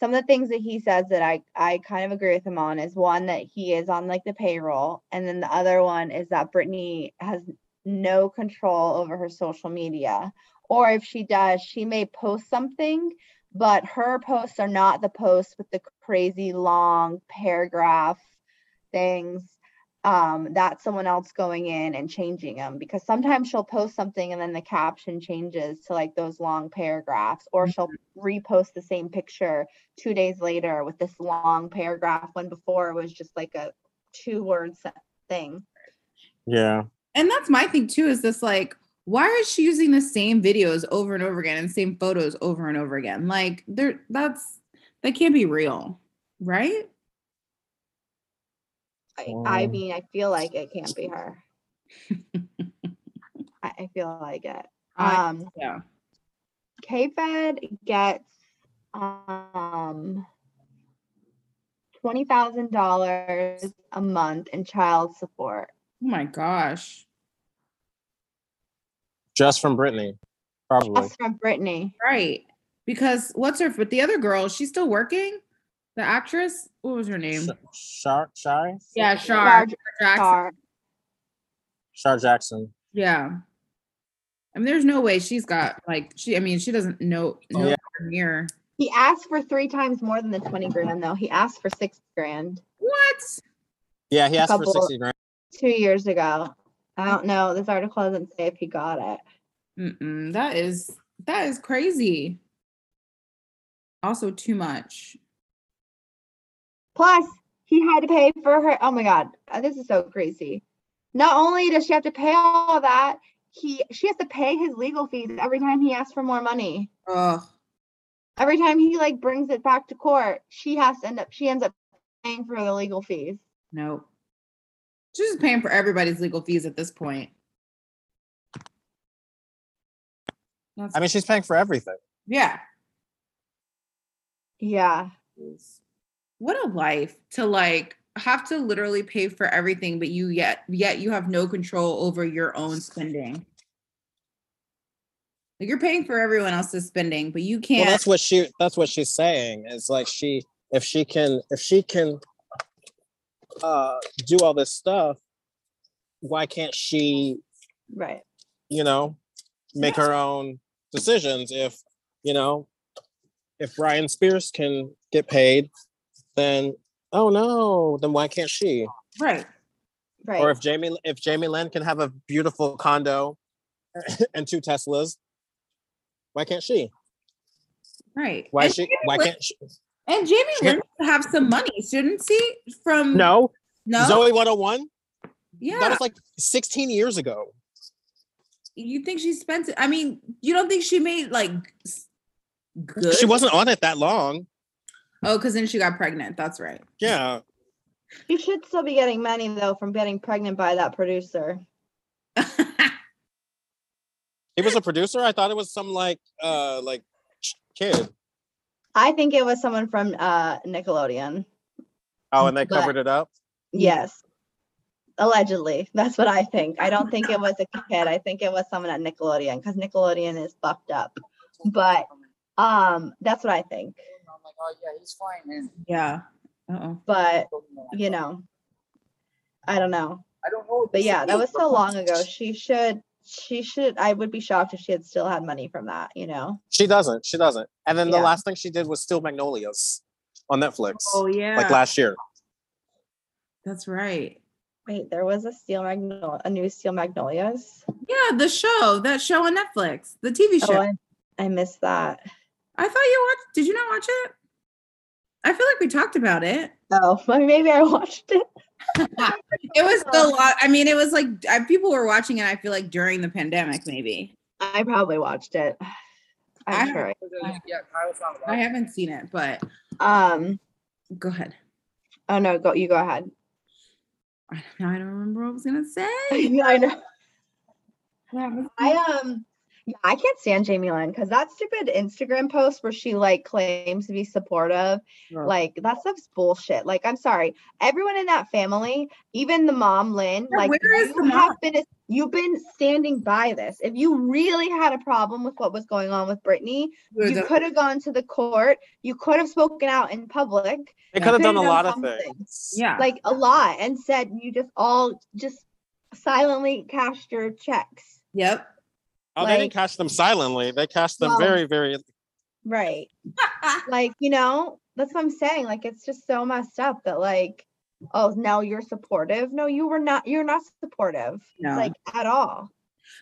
Speaker 2: some of the things that he says that I I kind of agree with him on is one that he is on like the payroll, and then the other one is that Brittany has no control over her social media, or if she does, she may post something, but her posts are not the posts with the crazy long paragraph things. Um, that's someone else going in and changing them because sometimes she'll post something and then the caption changes to like those long paragraphs, or she'll repost the same picture two days later with this long paragraph when before it was just like a two word se- thing.
Speaker 3: Yeah.
Speaker 1: and that's my thing too is this like why is she using the same videos over and over again and same photos over and over again like there that's that can't be real right
Speaker 2: I, I
Speaker 3: Mm.
Speaker 1: Oh.
Speaker 2: mean, I feel like it can't be her. I, I feel like it.
Speaker 1: I-
Speaker 2: Um,
Speaker 1: yeah.
Speaker 2: K Fed gets um twenty thousand dollars a month in child support.
Speaker 1: Oh my gosh.
Speaker 3: Just from Brittany, probably.
Speaker 2: That's from Brittany.
Speaker 1: Right. Because what's her but the other girl, she's still working? The actress? What was her name?
Speaker 3: Shar Shari?
Speaker 1: Yeah, Shar.
Speaker 2: Shar-
Speaker 1: Jackson.
Speaker 2: Sorry.
Speaker 3: Shar Jackson.
Speaker 1: Yeah. I mean, there's no way she's got like she. I mean, she doesn't know
Speaker 3: Oh,
Speaker 1: nowhere near
Speaker 2: He asked for three times more than the twenty grand though. He asked for six grand
Speaker 1: what.
Speaker 3: Yeah, he asked for
Speaker 2: Couple-
Speaker 3: sixty grand.
Speaker 2: two years ago. I don't know. This article doesn't say if he got it.
Speaker 1: Mm-mm, that is that is crazy. Also, too much.
Speaker 2: Plus, he had to pay for her. Oh my god, uh, this is so crazy. Not only does she have to pay all that, he she has to pay his legal fees every time he asks for more money.
Speaker 1: Ugh.
Speaker 2: Every time he like brings it back to court, she has to end up she ends up paying for the legal fees.
Speaker 1: No. She's just paying for everybody's legal fees at this point. That's,
Speaker 3: I mean, she's paying for everything.
Speaker 1: yeah.
Speaker 2: Yeah.
Speaker 1: What a life to like have to literally pay for everything, but you yet yet you have no control over your own spending. Like you're paying for everyone else's spending, but you
Speaker 3: Well,
Speaker 1: can't.
Speaker 3: that's what she. That's what she's saying. It's like she, if she can, if she can, uh, do all this stuff. Why can't she
Speaker 2: Right.
Speaker 3: you know, make her own decisions. If you know, if Ryan Spears can get paid, then oh no, then why can't she?
Speaker 1: right.
Speaker 2: Right.
Speaker 3: Or if Jamie if Jamie Lynn can have a beautiful condo and two Teslas, why can't she?
Speaker 1: Right.
Speaker 3: Why
Speaker 1: and
Speaker 3: she?
Speaker 1: Jamie
Speaker 3: Why
Speaker 1: Lynn-
Speaker 3: can't she?
Speaker 1: and Jamie
Speaker 3: she
Speaker 1: Lynn
Speaker 3: can't-
Speaker 1: have some money, shouldn't she? From
Speaker 3: No,
Speaker 1: Mm, no,
Speaker 3: Zoe 101.
Speaker 1: yeah.
Speaker 3: That was like 16 years ago.
Speaker 1: you think she spent? it- I mean, you don't think she made like s- good?
Speaker 3: She wasn't on it that long.
Speaker 1: Oh, because then she got pregnant. That's right.
Speaker 3: Yeah,
Speaker 2: she should still be getting money though from getting pregnant by that producer.
Speaker 3: he was a producer. I thought it was some like uh like ch- kid.
Speaker 2: I think it was someone from uh Nickelodeon.
Speaker 3: Oh, and they
Speaker 2: But-
Speaker 3: covered it up.
Speaker 2: Yes. Allegedly. That's what I think. I don't think it was a kid. I think it was someone at Nickelodeon because Nickelodeon is fucked up. But um that's what I think.
Speaker 4: I'm like, oh yeah, he's fine. And
Speaker 1: yeah. Oh.
Speaker 2: But you know, I don't know.
Speaker 4: I don't know.
Speaker 2: But yeah, that was so long ago. She should she should I would be shocked if she had still had money from that, you know.
Speaker 3: She doesn't. She doesn't. And then the
Speaker 2: Yeah.
Speaker 3: last thing she did was Steel Magnolias on Netflix,
Speaker 2: Oh,
Speaker 1: Oh, yeah.
Speaker 3: like last year.
Speaker 1: That's right.
Speaker 2: Wait, there was a steel magnolia a new steel magnolias.
Speaker 1: Yeah, the show, that show on Netflix, the TV
Speaker 2: Oh
Speaker 1: show.
Speaker 2: I, I missed that.
Speaker 1: I thought you watched. Did you not watch it? I feel like we talked about it.
Speaker 2: Oh maybe I watched it.
Speaker 1: It was the lot. I mean, it was like I, people were watching it. I feel like during the pandemic, maybe.
Speaker 2: I probably watched it. I'm
Speaker 1: I-
Speaker 2: sure.
Speaker 4: Yeah, Kyle found
Speaker 1: I haven't seen it, but
Speaker 2: I- Um
Speaker 1: go ahead.
Speaker 2: Oh no, go you go ahead.
Speaker 1: I- Now I don't remember what I was gonna say.
Speaker 2: I know.
Speaker 1: That was-
Speaker 2: I um yeah, I can't stand Jamie Lynn because that stupid Instagram post where she like claims to be supportive,
Speaker 1: Yeah.
Speaker 2: like that stuff's bullshit. Like, I'm sorry. Everyone in that family, even the mom Lynn,
Speaker 1: Yeah,
Speaker 2: like
Speaker 1: where is
Speaker 2: you
Speaker 1: the mom?
Speaker 2: have been you've been standing by this. If you really had a problem with what was going on with Brittany, you could have gone to the court, you could have spoken out in public,
Speaker 3: They
Speaker 1: Yeah.
Speaker 3: could have done a
Speaker 2: Could've
Speaker 3: lot of
Speaker 2: something.
Speaker 3: things.
Speaker 1: yeah.
Speaker 2: like a lot and said you just all just silently cashed your checks.
Speaker 1: yep.
Speaker 3: Oh, they
Speaker 2: like-
Speaker 3: didn't catch them silently. They catch them
Speaker 2: Well-
Speaker 3: very, very.
Speaker 2: Right. like you know that's what i'm saying like it's just so messed up that like oh now you're supportive no you were not you're not supportive
Speaker 1: no.
Speaker 2: like at all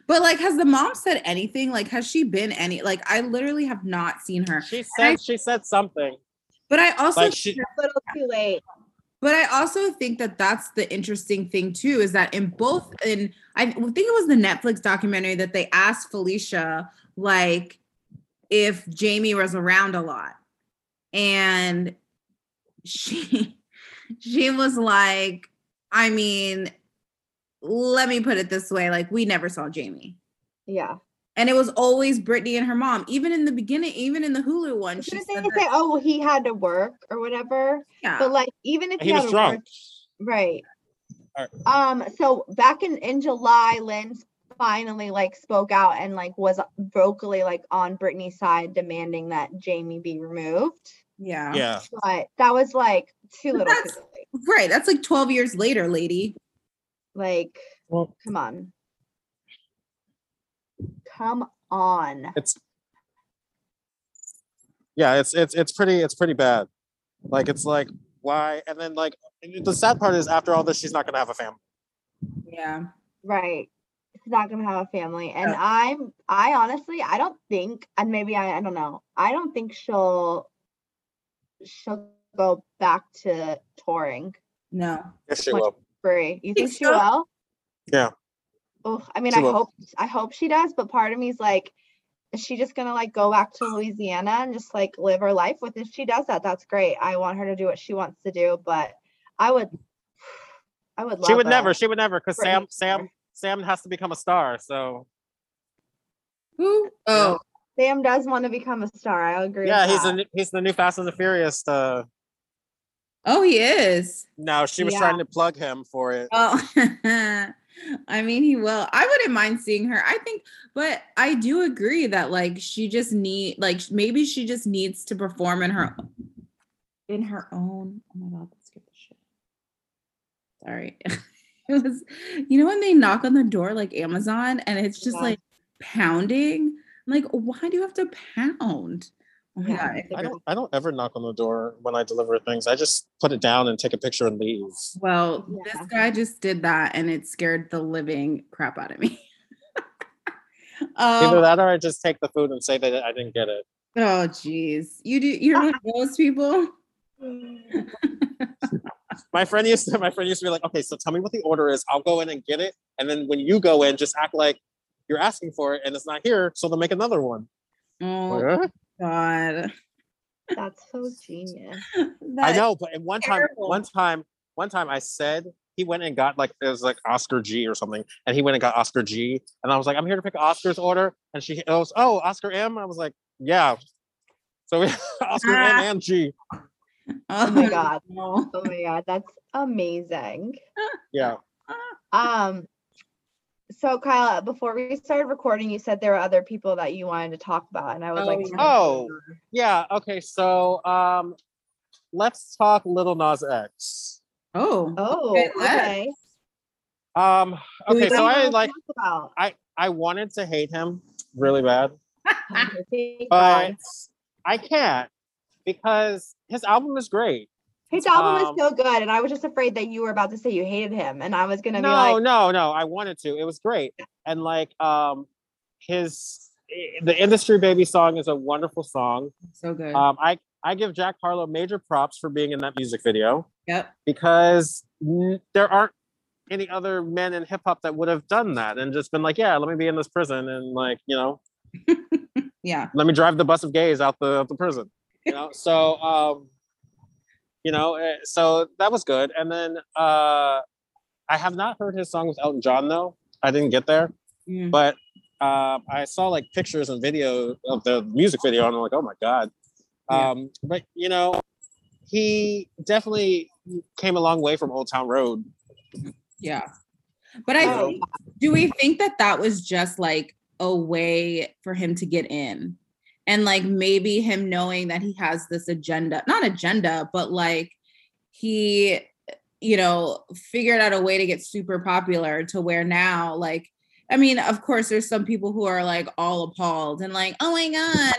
Speaker 1: but like, has the mom said anything? Like, has she been any? Like, I literally have not seen her.
Speaker 3: She
Speaker 1: I-
Speaker 3: said. She said something.
Speaker 1: But I also
Speaker 3: Like she.
Speaker 2: a little too late
Speaker 1: But I also think that that's the interesting thing too is that in both in I think it was the Netflix documentary that they asked Felicia like if Jamie was around a lot. And she she was like I mean let me put it this way like we never saw Jamie.
Speaker 2: Yeah.
Speaker 1: And it was always Brittany and her mom. Even in the beginning, even in the Hulu one, she
Speaker 2: Shouldn't
Speaker 1: said
Speaker 2: they say,
Speaker 1: that,
Speaker 2: "Oh, well, he had to work or whatever"?
Speaker 1: yeah.
Speaker 2: But like, even if
Speaker 3: He was
Speaker 2: had to
Speaker 3: drunk.
Speaker 2: work- right?
Speaker 3: All
Speaker 2: Um. So back in in July, Lynn finally like spoke out and like was vocally like on Brittany's side, demanding that Jamie be removed.
Speaker 1: yeah.
Speaker 3: Yeah.
Speaker 2: But that was like too
Speaker 1: But
Speaker 2: little, too
Speaker 1: that's-
Speaker 2: late.
Speaker 1: Right. That's like 12 years later, lady.
Speaker 2: Like,
Speaker 3: Well-
Speaker 2: come on, come on.
Speaker 3: It's yeah, it's it's it's pretty it's pretty bad. Like it's like why? And then like the sad part is after all this, she's not gonna have a family.
Speaker 1: Yeah.
Speaker 2: Right. It's not gonna have a family. And I'm I honestly I don't think and maybe I, I don't know. I don't think she'll she'll go back to touring
Speaker 1: No.
Speaker 3: Yes, she
Speaker 2: Like-
Speaker 3: will.
Speaker 2: free. You think
Speaker 1: Think
Speaker 2: she
Speaker 1: so?
Speaker 2: will?
Speaker 3: Yeah.
Speaker 2: Oh, I mean
Speaker 3: She
Speaker 2: I
Speaker 3: will.
Speaker 2: hope I hope she does, but part of me's like, is she just gonna like go back to Louisiana and just like live her life with if she does that, that's great. I want her to do what she wants to do, but I would I would love
Speaker 3: She would
Speaker 2: a-
Speaker 3: never. She would never. Because
Speaker 2: Brittany
Speaker 3: Sam, Sam,
Speaker 2: Spears.
Speaker 3: Sam has to become a star. So
Speaker 1: Who? Oh,
Speaker 2: Sam does want to become a star. I agree.
Speaker 3: yeah,
Speaker 2: with
Speaker 3: he's
Speaker 2: that.
Speaker 3: the new- he's the new Fast and the Furious. Uh,
Speaker 1: oh, he is.
Speaker 3: no, she was
Speaker 2: Yeah.
Speaker 3: trying to plug him for it.
Speaker 1: Oh, I mean, he will. I wouldn't mind seeing her. I think, but I do agree that like she just need like maybe she just needs to perform in her in her own. Oh my god, let's get the shit. Sorry, it was. You know when they knock on the door like Amazon and it's just
Speaker 2: Yeah.
Speaker 1: like pounding. I'm like, why do you have to pound? Oh my
Speaker 2: Yeah.
Speaker 1: god,
Speaker 3: I don't. I don't ever knock on the door when I deliver things. I just put it down and take a picture and leave.
Speaker 1: Well,
Speaker 2: Yeah.
Speaker 1: this guy just did that and it scared the living crap out of me.
Speaker 3: Either
Speaker 1: um,
Speaker 3: that or I just take the food and say that I didn't get it.
Speaker 1: oh geez. You do you're one of those people?
Speaker 3: My friend used to. My friend used to be like, okay, so tell me what the order is. I'll go in and get it, and then when you go in, just act like you're asking for it, and it's not here, so they'll make another one.
Speaker 1: Oh
Speaker 3: Like, huh?
Speaker 1: god.
Speaker 2: That's so genius.
Speaker 3: I
Speaker 1: That-
Speaker 3: know, but and one time,
Speaker 1: terrible.
Speaker 3: one time, one time, I said he went and got like it was like Oscar G or something, and he went and got Oscar G, and I was like, I'm here to pick Oscar's order, and she goes, Oh, Oscar M. I was like, Yeah. So we Oscar M
Speaker 1: Ah.
Speaker 3: and G.
Speaker 2: Oh my
Speaker 1: no.
Speaker 2: god. Oh my god, that's amazing.
Speaker 3: Yeah.
Speaker 2: Um so Kyla, before we started recording, you said there were other people that you wanted to talk about and I was like,
Speaker 1: Oh,
Speaker 2: kinda
Speaker 3: Oh.
Speaker 2: over.
Speaker 3: Yeah. Okay. So um, let's talk Little Nas X.
Speaker 1: Oh.
Speaker 2: Oh,
Speaker 1: Okay, let's.
Speaker 2: okay.
Speaker 3: Um,
Speaker 1: Do we
Speaker 3: okay. So
Speaker 2: What do you
Speaker 3: I
Speaker 2: wanna
Speaker 3: like
Speaker 2: talk about?
Speaker 3: I I wanted to hate him really bad.
Speaker 2: Thank
Speaker 3: but
Speaker 2: God.
Speaker 3: I can't because his album is great.
Speaker 2: His album
Speaker 3: um,
Speaker 2: is so good, and I was just afraid that you were about to say you hated him, and I was gonna be
Speaker 3: No,
Speaker 2: like,
Speaker 3: no, no. I wanted to. It was great. And like um his i- the industry baby song is a wonderful song.
Speaker 1: So good.
Speaker 3: Um I I give Jack Harlow major props for being in that music video
Speaker 1: yep.
Speaker 3: because n- there aren't any other men in hip hop that would have done that and just been like, yeah, let me be in this prison and like, you know,
Speaker 1: Yeah.
Speaker 3: let me drive the bus of gays out the out the prison. You know, so um, you know, eh, so that was good. And then uh, I have not heard his song with Elton John though. I didn't get there,
Speaker 1: Mm.
Speaker 3: but uh, I saw like pictures and video of the music video, and I'm like, oh my god.
Speaker 1: Yeah.
Speaker 3: Um, but you know, he definitely came a long way from Old Town Road.
Speaker 1: Yeah. But I
Speaker 2: Oh,
Speaker 1: think, do we think that that was just like a way for him to get in? And like maybe him knowing that he has this agenda, not agenda, but like he, you know, figured out a way to get super popular to where now, like, I mean, of course, there's some people who are like all appalled and like, oh my God,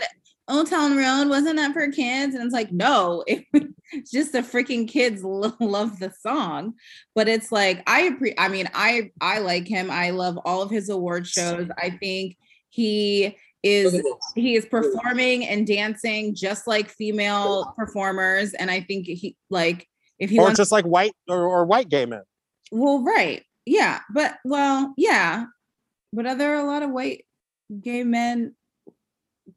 Speaker 1: Old Town Road wasn't that for kids? And it's like, no, it was just the freaking kids lo- love the song but it's like I appre- I mean I I like him. I love all of his award shows. I think he is he is performing and dancing just like female performers and I think he like if he
Speaker 3: or
Speaker 1: wants
Speaker 3: just like white or, or white gay men.
Speaker 1: well right. Yeah, but well, yeah. But are there a lot of white gay men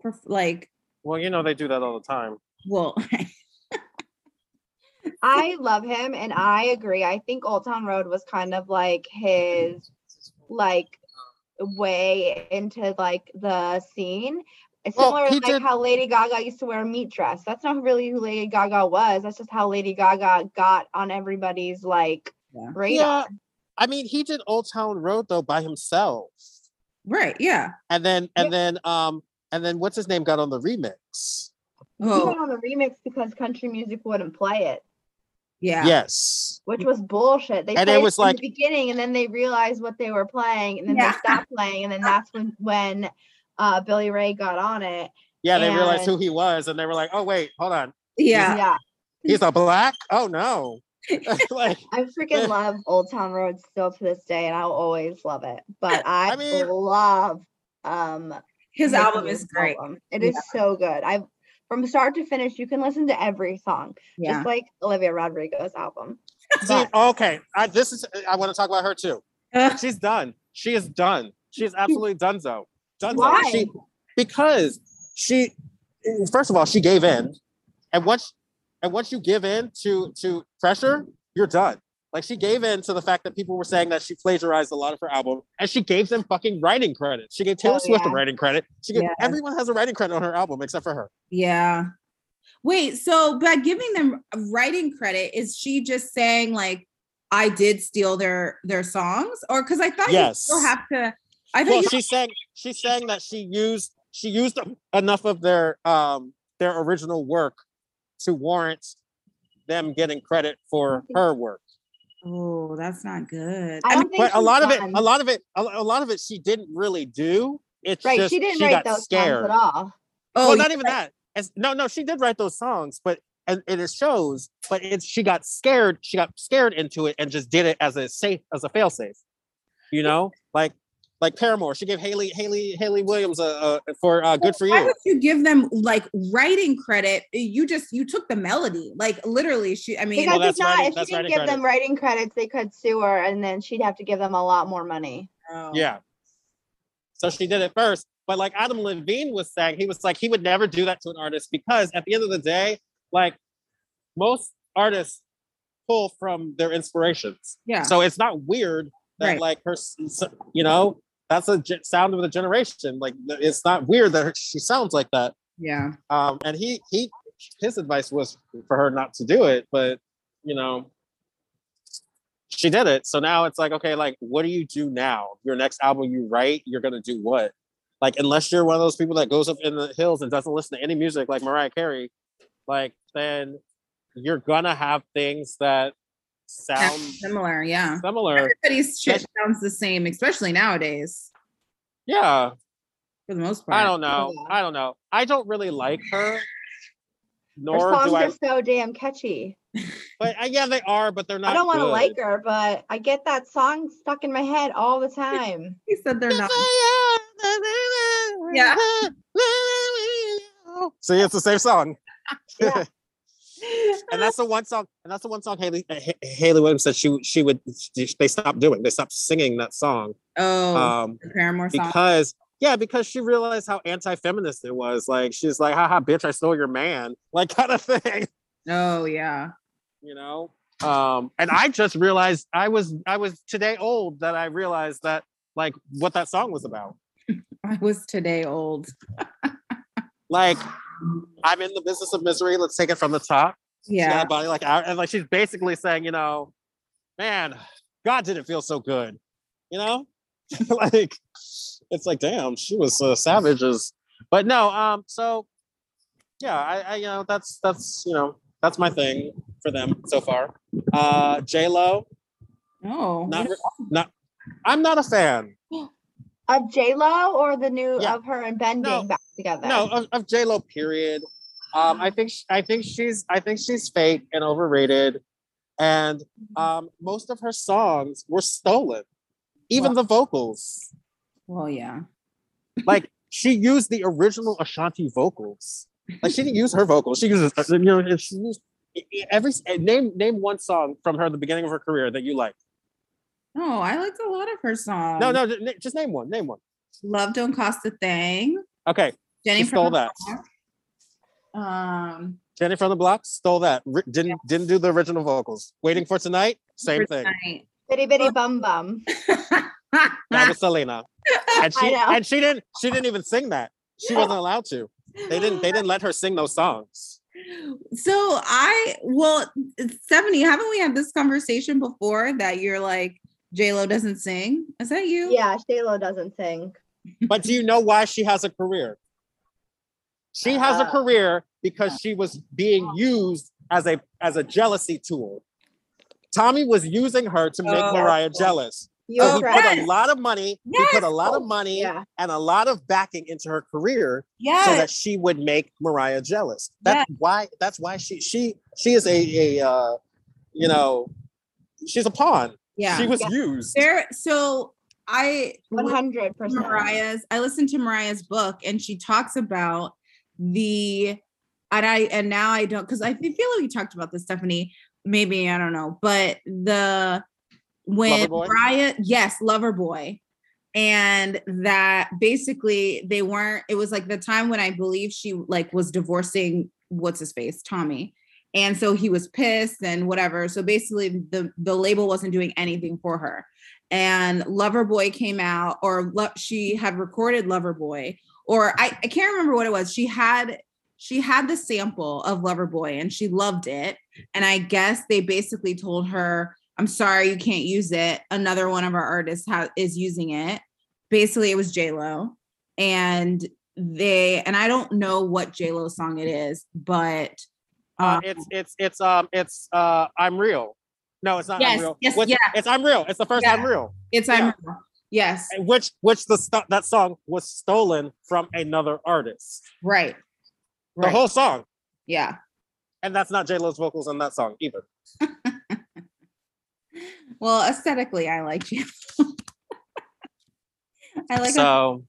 Speaker 1: perf- like
Speaker 3: Well, you know, they do that all the time.
Speaker 1: well
Speaker 2: I love him and I agree. I think Old Town Road was kind of like his like way into like the scene. It's
Speaker 3: Well,
Speaker 2: Similar
Speaker 3: he
Speaker 2: like
Speaker 3: did-
Speaker 2: how Lady Gaga used to wear a meat dress. That's not really who Lady Gaga was. That's just how Lady Gaga got on everybody's like
Speaker 1: Yeah.
Speaker 2: radar.
Speaker 3: Yeah. I mean, he did Old Town Road though by himself.
Speaker 1: Right. Yeah.
Speaker 3: And then and then um and then what's his name got on the remix?
Speaker 2: He went
Speaker 1: Oh,
Speaker 2: on the remix because country music wouldn't play it,
Speaker 1: yeah.
Speaker 3: Yes.
Speaker 2: which was bullshit. They
Speaker 3: And it
Speaker 2: played
Speaker 3: was
Speaker 2: in
Speaker 3: like-
Speaker 2: the beginning, and then they realized what they were playing, and then
Speaker 1: Yeah.
Speaker 2: they stopped playing, and then that's when when uh, Billy Ray got on it.
Speaker 3: Yeah, they realized
Speaker 2: And-
Speaker 3: who he was and they were like, oh wait, hold on.
Speaker 1: Yeah.
Speaker 2: yeah.
Speaker 3: He's a black? Oh no. like
Speaker 2: I freaking love Old Town Road still to this day, and I'll always love it. But I,
Speaker 3: mean-
Speaker 2: love um
Speaker 1: His
Speaker 2: Whitney
Speaker 1: album is
Speaker 2: Houston's
Speaker 1: great.
Speaker 2: album. It is so good. I from start to finish, you can listen to every song,
Speaker 1: Yeah.
Speaker 2: just like Olivia Rodrigo's album.
Speaker 3: See,
Speaker 2: But
Speaker 3: okay. I, this is I want to talk about her too.
Speaker 1: Ugh.
Speaker 3: She's done. She is done. She is absolutely donezo. Donezo.
Speaker 2: Why?
Speaker 3: She because she first of all, she gave in. And once and once you give in to to pressure, you're done. Like she gave in to the fact that people were saying that she plagiarized a lot of her album, and she gave them fucking writing credit. She gave Taylor
Speaker 2: Oh,
Speaker 3: Swift a
Speaker 2: yeah.
Speaker 3: writing credit. She gave
Speaker 1: Yeah.
Speaker 3: everyone has a writing credit on her album except for her.
Speaker 1: Yeah. Wait, so by giving them writing credit, is she just saying like I did steal their their songs? Or because I thought
Speaker 3: Yes.
Speaker 1: you still have to I thought
Speaker 3: well,
Speaker 1: you
Speaker 3: she's saying she's saying that she used she used enough of their um their original work to warrant them getting credit for her work.
Speaker 1: Oh, that's not good.
Speaker 2: I
Speaker 1: I mean,
Speaker 2: don't think
Speaker 3: But a
Speaker 2: she's
Speaker 3: lot of it,
Speaker 2: done.
Speaker 3: a lot of it, a, a lot of it, she didn't really do. It's
Speaker 2: right?
Speaker 3: just
Speaker 2: she didn't
Speaker 3: got
Speaker 2: write those
Speaker 3: scared.
Speaker 2: songs at all.
Speaker 1: oh
Speaker 3: well, not even that. It's, no, no, she did write those songs, but and, and it shows. But it's she got scared. She got scared into it and just did it as a safe, as a fail safe. You know, like like Paramore. She gave Haley Haley Haley Williams a, a for uh, good for
Speaker 1: why
Speaker 3: you.
Speaker 1: would you give them like writing credit? You just you took the melody. Like literally, she I mean
Speaker 2: Because
Speaker 3: that's
Speaker 2: if not,
Speaker 3: writing-
Speaker 2: if she didn't
Speaker 3: that's writing
Speaker 2: give them writing credits, they could sue her, and then she'd have to give them a lot more money.
Speaker 1: oh.
Speaker 3: Yeah. So she did it first. But like Adam Levine was saying, he was like, he would never do that to an artist because at the end of the day, like most artists pull from their inspirations.
Speaker 1: Yeah.
Speaker 3: So it's not weird that
Speaker 1: Right.
Speaker 3: like her, s- s- you know, that's a ge- sound of the generation. Like th- it's not weird that her, she sounds like that.
Speaker 1: Yeah.
Speaker 3: Um, and he, he, his advice was for her not to do it, but you know, she did it. So now it's like, okay, like what do you do now? Your next album you write, you're gonna do what? Like unless you're one of those people that goes up in the hills and doesn't listen to any music, like Mariah Carey, like then you're gonna have things that
Speaker 1: Sounds
Speaker 3: sound
Speaker 1: similar, yeah.
Speaker 3: similar.
Speaker 1: Everybody's shit sounds the same, especially nowadays,
Speaker 3: Yeah,
Speaker 1: for the most part.
Speaker 3: I don't know. I don't know. I don't really like her.
Speaker 2: Her
Speaker 3: Nor
Speaker 2: songs
Speaker 3: do I.
Speaker 2: are so damn catchy.
Speaker 3: But uh, yeah, they are, but they're not.
Speaker 2: I don't want to
Speaker 3: good.
Speaker 2: like her, but I get that song stuck in my head all the time.
Speaker 1: He said they're not.
Speaker 3: Yeah.
Speaker 1: Yeah.
Speaker 3: See, it's the same song,
Speaker 2: Yeah.
Speaker 3: and that's the one song, and that's the one song Haley uh, Ha- Haley Williams said she she would she- they stopped doing, they stopped singing that song,
Speaker 1: oh,
Speaker 3: um,
Speaker 1: the Paramore song.
Speaker 3: because yeah, because she realized how anti-feminist it was. Like she's like, haha, bitch, I stole your man, like kind of thing.
Speaker 1: Oh yeah.
Speaker 3: you know um and i just realized i was i was today old that i realized that like what that song was about
Speaker 1: I was today old.
Speaker 3: like i'm in the business of misery let's take it from the top she's
Speaker 1: Yeah.
Speaker 3: got a body like ours, and like she's basically saying you know man god did it feel so good you know like it's like damn she was uh, savage as but no um so yeah I, I you know that's that's you know that's my thing for them so far uh j lo
Speaker 1: Oh.
Speaker 3: not re- not i'm not a fan
Speaker 2: Of J Lo or the new
Speaker 3: Yeah.
Speaker 2: of her and Ben
Speaker 3: No.
Speaker 2: being back together.
Speaker 3: no of, of j-lo period um i think sh- i think she's i think she's fake and overrated and um most of her songs were stolen even the vocals
Speaker 1: well, yeah.
Speaker 3: like she used the original ashanti vocals like she didn't use her vocals she uses uh, you know and she used e- e- every s- name name one song from her at the beginning of her career that you like
Speaker 1: No, I liked a lot of her songs.
Speaker 3: no no ju- just name one name one
Speaker 1: Love don't cost a thing.
Speaker 3: okay
Speaker 1: Jenny
Speaker 3: she stole
Speaker 1: from
Speaker 3: that
Speaker 1: Um.
Speaker 3: Jenny from the Block stole that. Ri- didn't didn't do the original vocals. Waiting for tonight, same thing.
Speaker 1: Tonight.
Speaker 2: Bitty bitty
Speaker 3: Uh,
Speaker 2: bum bum.
Speaker 3: That was Selena, and she
Speaker 2: know.
Speaker 3: and she didn't she didn't even sing that. She wasn't allowed to. They didn't they didn't let her sing those songs.
Speaker 1: So I well, Stephanie, haven't we had this conversation before that you're like J Lo doesn't sing? Is that you?
Speaker 2: Yeah, Shaylo doesn't sing.
Speaker 3: But do you know why she has a career? She has a
Speaker 2: Uh, Oh.
Speaker 3: career because she was being used as a as a jealousy tool. Tommy was using her to make
Speaker 1: Oh.
Speaker 3: Mariah jealous.
Speaker 2: You're
Speaker 3: So he
Speaker 2: correct.
Speaker 3: put a lot of money. He put a lot of money
Speaker 2: Yeah.
Speaker 3: and a lot of backing into her career
Speaker 1: Yes.
Speaker 3: so that she would make Mariah jealous. That's why. That's why she she she is a a uh, you know she's a pawn.
Speaker 1: yeah.
Speaker 3: She was
Speaker 2: Yeah.
Speaker 3: used.
Speaker 1: there. So I
Speaker 2: One hundred percent.
Speaker 1: Mariah's. I listened to Mariah's book, and she talks about the, and I and now I don't because I feel like we talked about this, Stephanie. Maybe I don't know, but the when
Speaker 3: Loverboy?
Speaker 1: Mariah, yes, Lover Boy, and that basically they weren't. It was like the time when I believe she like was divorcing what's his face, Tommy. And so he was pissed and whatever. So basically, the the label wasn't doing anything for her and Loverboy came out, or lo- she had recorded Loverboy, or I, I can't remember what it was. She had she had the sample of Loverboy and she loved it. And I guess they basically told her, I'm sorry, you can't use it. Another one of our artists ha- is using it. Basically, it was Lo, And they, and I don't know what Lo song it is, but
Speaker 3: Uh,
Speaker 1: um,
Speaker 3: it's it's it's um it's uh I'm real. No, it's not
Speaker 1: Yes,
Speaker 3: I'm real.
Speaker 1: yes,
Speaker 3: What's-
Speaker 1: yeah.
Speaker 3: It's I'm real. It's the first
Speaker 1: Yeah.
Speaker 3: I'm real.
Speaker 1: it's I'm yes,
Speaker 3: Which which the sto- that song was stolen from another artist.
Speaker 1: right,
Speaker 3: The
Speaker 1: right,
Speaker 3: whole song.
Speaker 1: yeah.
Speaker 3: And that's not J Lo's vocals on that song either.
Speaker 1: Well, aesthetically, I like you. I like, her.
Speaker 3: so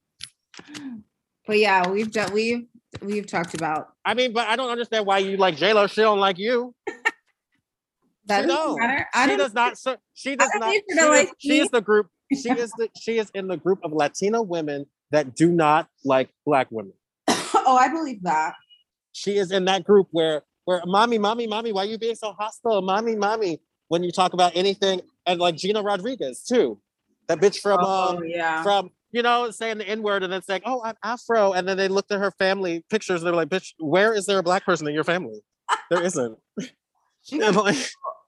Speaker 1: but yeah, we've done, we've we've talked about
Speaker 3: I mean, but I don't understand why you like J Lo. She don't like you.
Speaker 1: that.
Speaker 3: she
Speaker 1: doesn't
Speaker 3: don't.
Speaker 1: matter. I
Speaker 3: She
Speaker 1: don't.
Speaker 3: does not. ser- She does
Speaker 1: don't
Speaker 3: not.
Speaker 1: need
Speaker 3: She
Speaker 1: you to
Speaker 3: is,
Speaker 1: like
Speaker 3: she
Speaker 1: me.
Speaker 3: is the group. She is the. She is in the group of Latina women that do not like black women.
Speaker 1: oh, I believe that.
Speaker 3: she is in that group where where mommy, mommy, mommy, why you being so hostile? Mommy, mommy, when you talk about anything, and like Gina Rodriguez too. That bitch from um
Speaker 1: Oh, yeah.
Speaker 3: from you know, saying the N-word and then saying, Oh, I'm Afro. And then they looked at her family pictures and they were like, bitch, where is there a black person in your family? There isn't.
Speaker 1: She
Speaker 3: And,
Speaker 1: got
Speaker 3: like,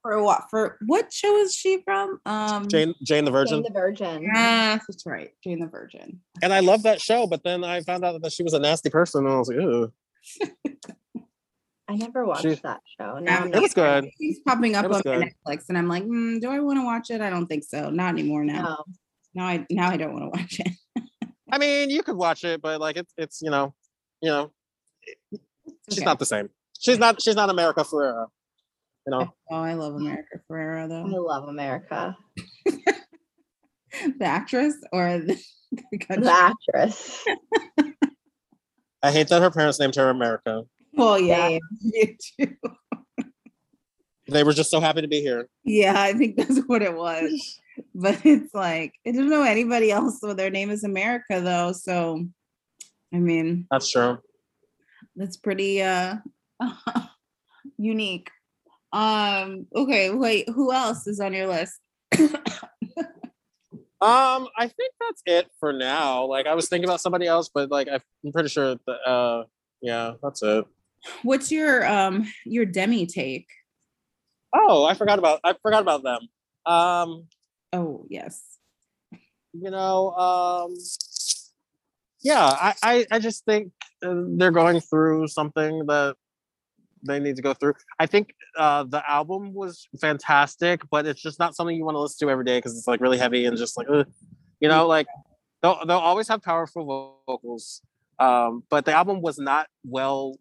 Speaker 1: for what? For what show is she from? Um,
Speaker 3: Jane Jane
Speaker 2: Jane
Speaker 3: the Virgin.
Speaker 2: the Virgin.
Speaker 1: Yes, that's right. Jane the Virgin.
Speaker 3: And I love that show, but then I found out that she was a nasty person and I was like, Ew.
Speaker 2: I never watched
Speaker 3: She-
Speaker 2: that show.
Speaker 1: Yeah,
Speaker 2: Now I'm
Speaker 3: It was good.
Speaker 1: She's Um, popping up
Speaker 3: It
Speaker 1: on
Speaker 3: was
Speaker 1: my
Speaker 3: good.
Speaker 1: Netflix, and I'm like, mm, do I want to watch it? I don't think so. Not anymore. Now,
Speaker 2: no.
Speaker 1: now I now I don't want to watch it.
Speaker 3: I mean, you could watch it, but like it's it's you know, you know, she's
Speaker 1: Okay.
Speaker 3: not the same. She's not she's not America Ferrera. You know,
Speaker 1: Oh, I love America Ferrera
Speaker 2: I
Speaker 1: though.
Speaker 2: love America.
Speaker 1: the actress or the, the country?
Speaker 2: The actress.
Speaker 3: I hate that her parents named her America. Oh,
Speaker 1: Well, yeah,
Speaker 2: Same.
Speaker 1: you too.
Speaker 3: They were just so happy to be here.
Speaker 1: Yeah, I think that's what it was. But it's like I don't know anybody else with their name is America though. So, I mean,
Speaker 3: That's true.
Speaker 1: that's pretty uh unique. Um. Okay. Wait. Who else is on your list?
Speaker 3: Um, I think that's it for now. Like I was thinking about somebody else, but like I'm pretty sure the uh yeah, that's it.
Speaker 1: What's your um your demi take?
Speaker 3: Oh, I forgot about I forgot about them. Um,
Speaker 1: Oh yes.
Speaker 3: you know, um yeah, I I, I just think uh, they're going through something that they need to go through. I think uh the album was fantastic, but it's just not something you want to listen to every day because it's like really heavy and just like ugh. you know, like they'll they'll always have powerful vo- vocals. Um, but the album was not well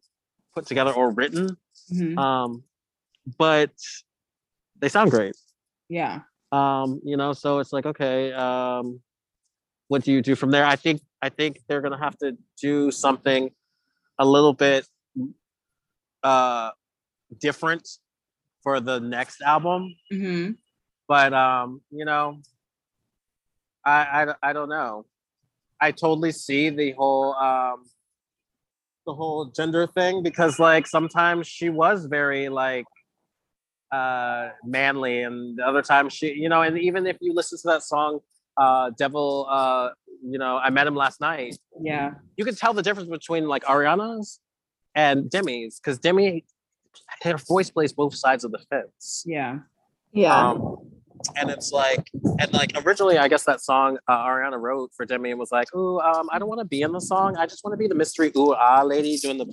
Speaker 3: put together or written.
Speaker 1: Mhm.
Speaker 3: Um, but they sound great.
Speaker 1: Yeah.
Speaker 3: Um, you know, so it's like, okay, um, what do you do from there? I think I think they're gonna have to do something a little bit uh different for the next album.
Speaker 1: hmm
Speaker 3: But um, you know, I I, I don't know. I totally see the whole um the whole gender thing because like sometimes she was very like uh manly and the other times she you know and even if you listen to that song uh devil uh you know i met him last night
Speaker 1: Yeah.
Speaker 3: you can tell the difference between like ariana's and demi's because demi her voice plays both sides of the fence
Speaker 1: Yeah.
Speaker 2: Yeah.
Speaker 3: um, and it's like, and like originally, I guess that song uh, Ariana wrote for Demi and was like, "Ooh, um, I don't want to be in the song. I just want to be the mystery ooh ah lady doing the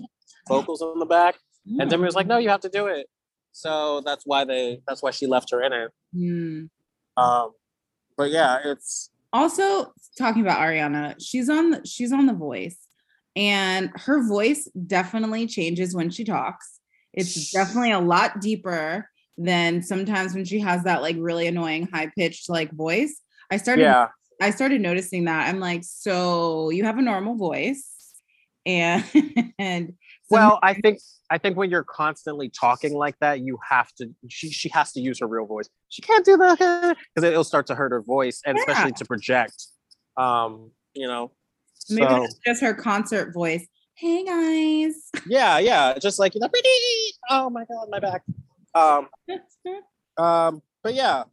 Speaker 3: vocals on the back." And Demi was like, "No, you have to do it." So that's why they, that's why she left her in it.
Speaker 1: Hmm.
Speaker 3: Um, but yeah, it's
Speaker 1: Also talking about Ariana, she's on the, she's on the voice and her voice definitely changes when she talks. It's definitely a lot deeper than sometimes when she has that like really annoying high pitched like voice. I started
Speaker 3: yeah,
Speaker 1: I started noticing that. I'm like, so you have a normal voice and and
Speaker 3: Well, I think I think when you're constantly talking like that, you have to. She she has to use her real voice. She can't do that because it'll start to hurt her voice, and
Speaker 1: Yeah.
Speaker 3: especially to project. Um, you know.
Speaker 1: maybe
Speaker 3: so,
Speaker 1: that's just her concert voice. Hey guys.
Speaker 3: yeah, yeah, just like you know. Oh my god, my back. Um, um, but yeah,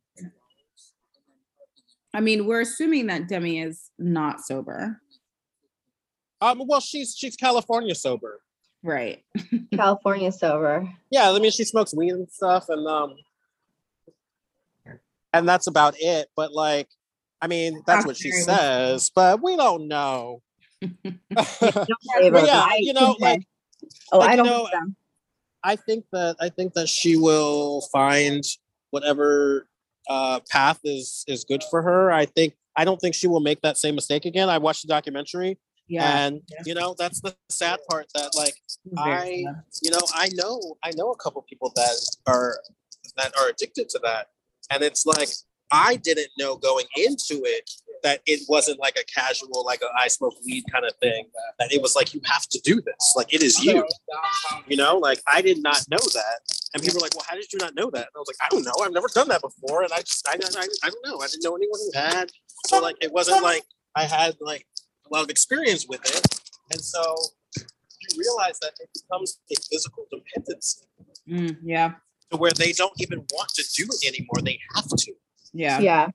Speaker 1: I mean, we're assuming that Demi is not sober.
Speaker 3: um, well, she's she's California sober.
Speaker 1: Right.
Speaker 2: California sober.
Speaker 3: Yeah, I mean, she smokes weed and stuff, and um, and that's about it. But like, I mean, that's what she
Speaker 1: Very well.
Speaker 3: says, but we don't know.
Speaker 2: Flavor,
Speaker 3: yeah,
Speaker 2: right?
Speaker 3: you know, like-
Speaker 2: oh,
Speaker 3: like,
Speaker 2: I
Speaker 3: you
Speaker 2: don't
Speaker 3: know,
Speaker 2: think so.
Speaker 3: I think that I think that she will find whatever uh, path is is good for her. I think I don't think she will make that same mistake again. I watched the documentary,
Speaker 1: Yeah.
Speaker 3: and you know that's the sad part that like I
Speaker 1: very sad.
Speaker 3: you know I know I know a couple people that are that are addicted to that, and it's like I didn't know going into it that it wasn't like a casual like a I smoke weed kind of thing. That it was like you have to do this, like it is you. You know, like I did not know that. And people were like, well, how did you not know that? And I was like, I don't know. I've never done that before. And I just, I, I, I don't know. I didn't know anyone who had. So, like, it wasn't like I had like a lot of experience with it. And so you realize that it becomes a physical dependency
Speaker 1: Mm, yeah.
Speaker 3: to where they don't even want to do it anymore. They have to,
Speaker 1: Yeah.
Speaker 2: Yeah.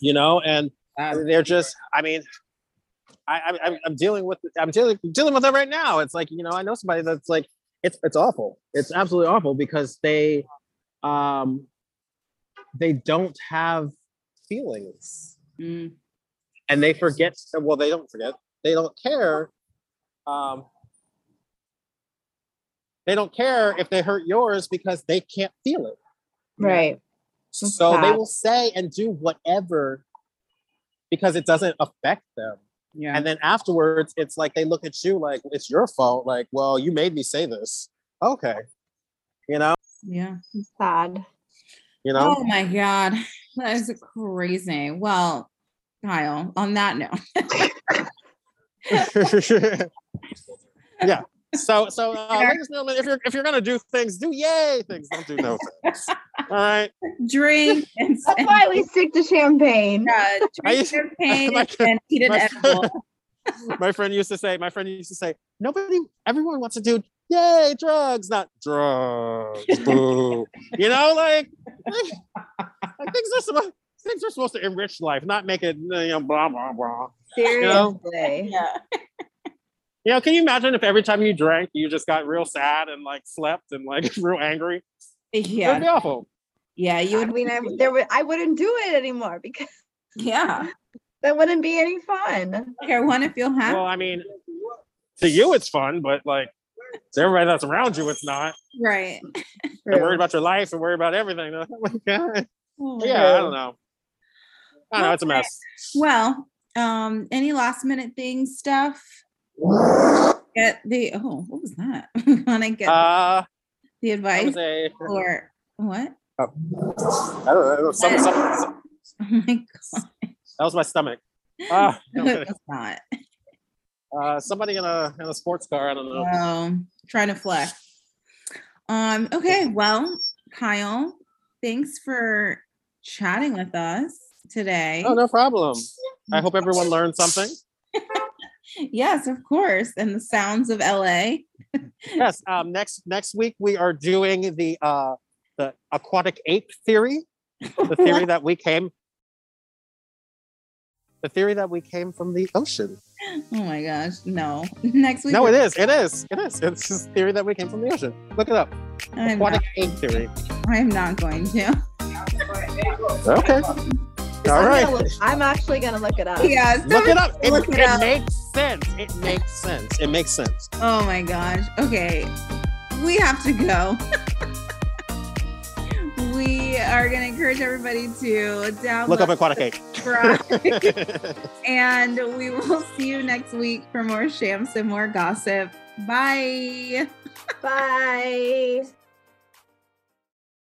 Speaker 3: you know, and
Speaker 1: That-
Speaker 3: they're just, I mean, I, I, I'm- I'm dealing with I'm dealing dealing with it right now. It's like you know I know somebody that's like it's it's awful. It's absolutely awful because they um they don't have feelings
Speaker 1: mm,
Speaker 3: and they forget. Well, they don't forget. They don't care. Um, they don't care if they hurt yours because they can't feel it.
Speaker 2: Right. That's
Speaker 3: So they
Speaker 2: sad.
Speaker 3: will say and do whatever because it doesn't affect them.
Speaker 1: yeah.
Speaker 3: And then afterwards, it's like they look at you like it's your fault. Like, well, you made me say this. Okay, you know,
Speaker 1: yeah.
Speaker 2: It's sad.
Speaker 3: you know.
Speaker 1: Oh my God. That is crazy. Well, Kyle, on that note.
Speaker 3: yeah. So, so uh,
Speaker 1: Yeah.
Speaker 3: ladies and gentlemen, if you're if you're gonna do things, do yay things. Don't do no things. All right.
Speaker 1: Drink and,
Speaker 2: That's why we stick to champagne.
Speaker 1: uh,
Speaker 3: I
Speaker 1: drink
Speaker 3: used-
Speaker 1: champagne
Speaker 3: my-
Speaker 1: and eat an
Speaker 3: my-
Speaker 1: edible.
Speaker 3: My friend used to say. My friend used to say. Nobody. Everyone wants to do yay drugs, not drugs. Boo. you know, like, like things are supposed things are supposed to enrich life, not make it you know blah blah blah. know?
Speaker 2: Seriously.
Speaker 1: Yeah.
Speaker 3: You know, can you imagine if every time you drank, you just got real sad and like slept and like real angry? It would
Speaker 1: Yeah.
Speaker 3: be awful.
Speaker 1: Yeah. You
Speaker 2: I
Speaker 1: would.
Speaker 2: mean, I, there would, I wouldn't do it anymore because
Speaker 1: Yeah.
Speaker 2: that wouldn't be any fun.
Speaker 1: Like, I want to feel happy.
Speaker 3: Well, I mean, to you it's fun, but like to everybody that's around you, it's not.
Speaker 1: right.
Speaker 3: They're worried
Speaker 2: True.
Speaker 3: about your life and worried about everything. They're like, "Oh my God."
Speaker 1: Oh,
Speaker 3: Yeah, I don't know. I don't know. It's a mess.
Speaker 1: Well, um, any last minute thing stuff? Get the oh, what was that? Want to get
Speaker 3: Uh,
Speaker 1: the
Speaker 3: I
Speaker 1: advice
Speaker 3: was a. oh,
Speaker 1: or what?
Speaker 3: I don't know. Some, some, some-
Speaker 1: Oh my god,
Speaker 3: that was my stomach. Uh, no, I'm
Speaker 1: it
Speaker 3: kidding.
Speaker 1: was not.
Speaker 3: uh, somebody in a in a sports car. I don't know.
Speaker 1: Um, trying to flex. Um, okay, well, Kyle, thanks for chatting with us today.
Speaker 3: Oh, no problem. I hope everyone learned something.
Speaker 1: Yes, of course. And the sounds of LA.
Speaker 3: yes. Um, next next week we are doing the uh, the aquatic ape theory, the theory that we came, the theory that we came from the ocean.
Speaker 1: Oh my gosh. No. Next week.
Speaker 3: No, it is. It is. It is. It's just theory that we came from the ocean. Look it up.
Speaker 1: I'm not,
Speaker 3: Aquatic ape theory.
Speaker 1: I'm not going to.
Speaker 3: Okay. All
Speaker 2: I'm,
Speaker 3: right.
Speaker 2: gonna look- I'm actually gonna look it up.
Speaker 1: Yes.
Speaker 3: Uh, Look it up. It,
Speaker 1: Look it
Speaker 3: it
Speaker 1: up.
Speaker 3: makes sense. It makes sense. It makes sense.
Speaker 1: Oh my gosh. Okay. We have to go. we are going to encourage everybody to download
Speaker 3: Look up aquatic ape.
Speaker 1: Subscribe, and we will see you next week for more shams and more gossip. Bye.
Speaker 2: Bye.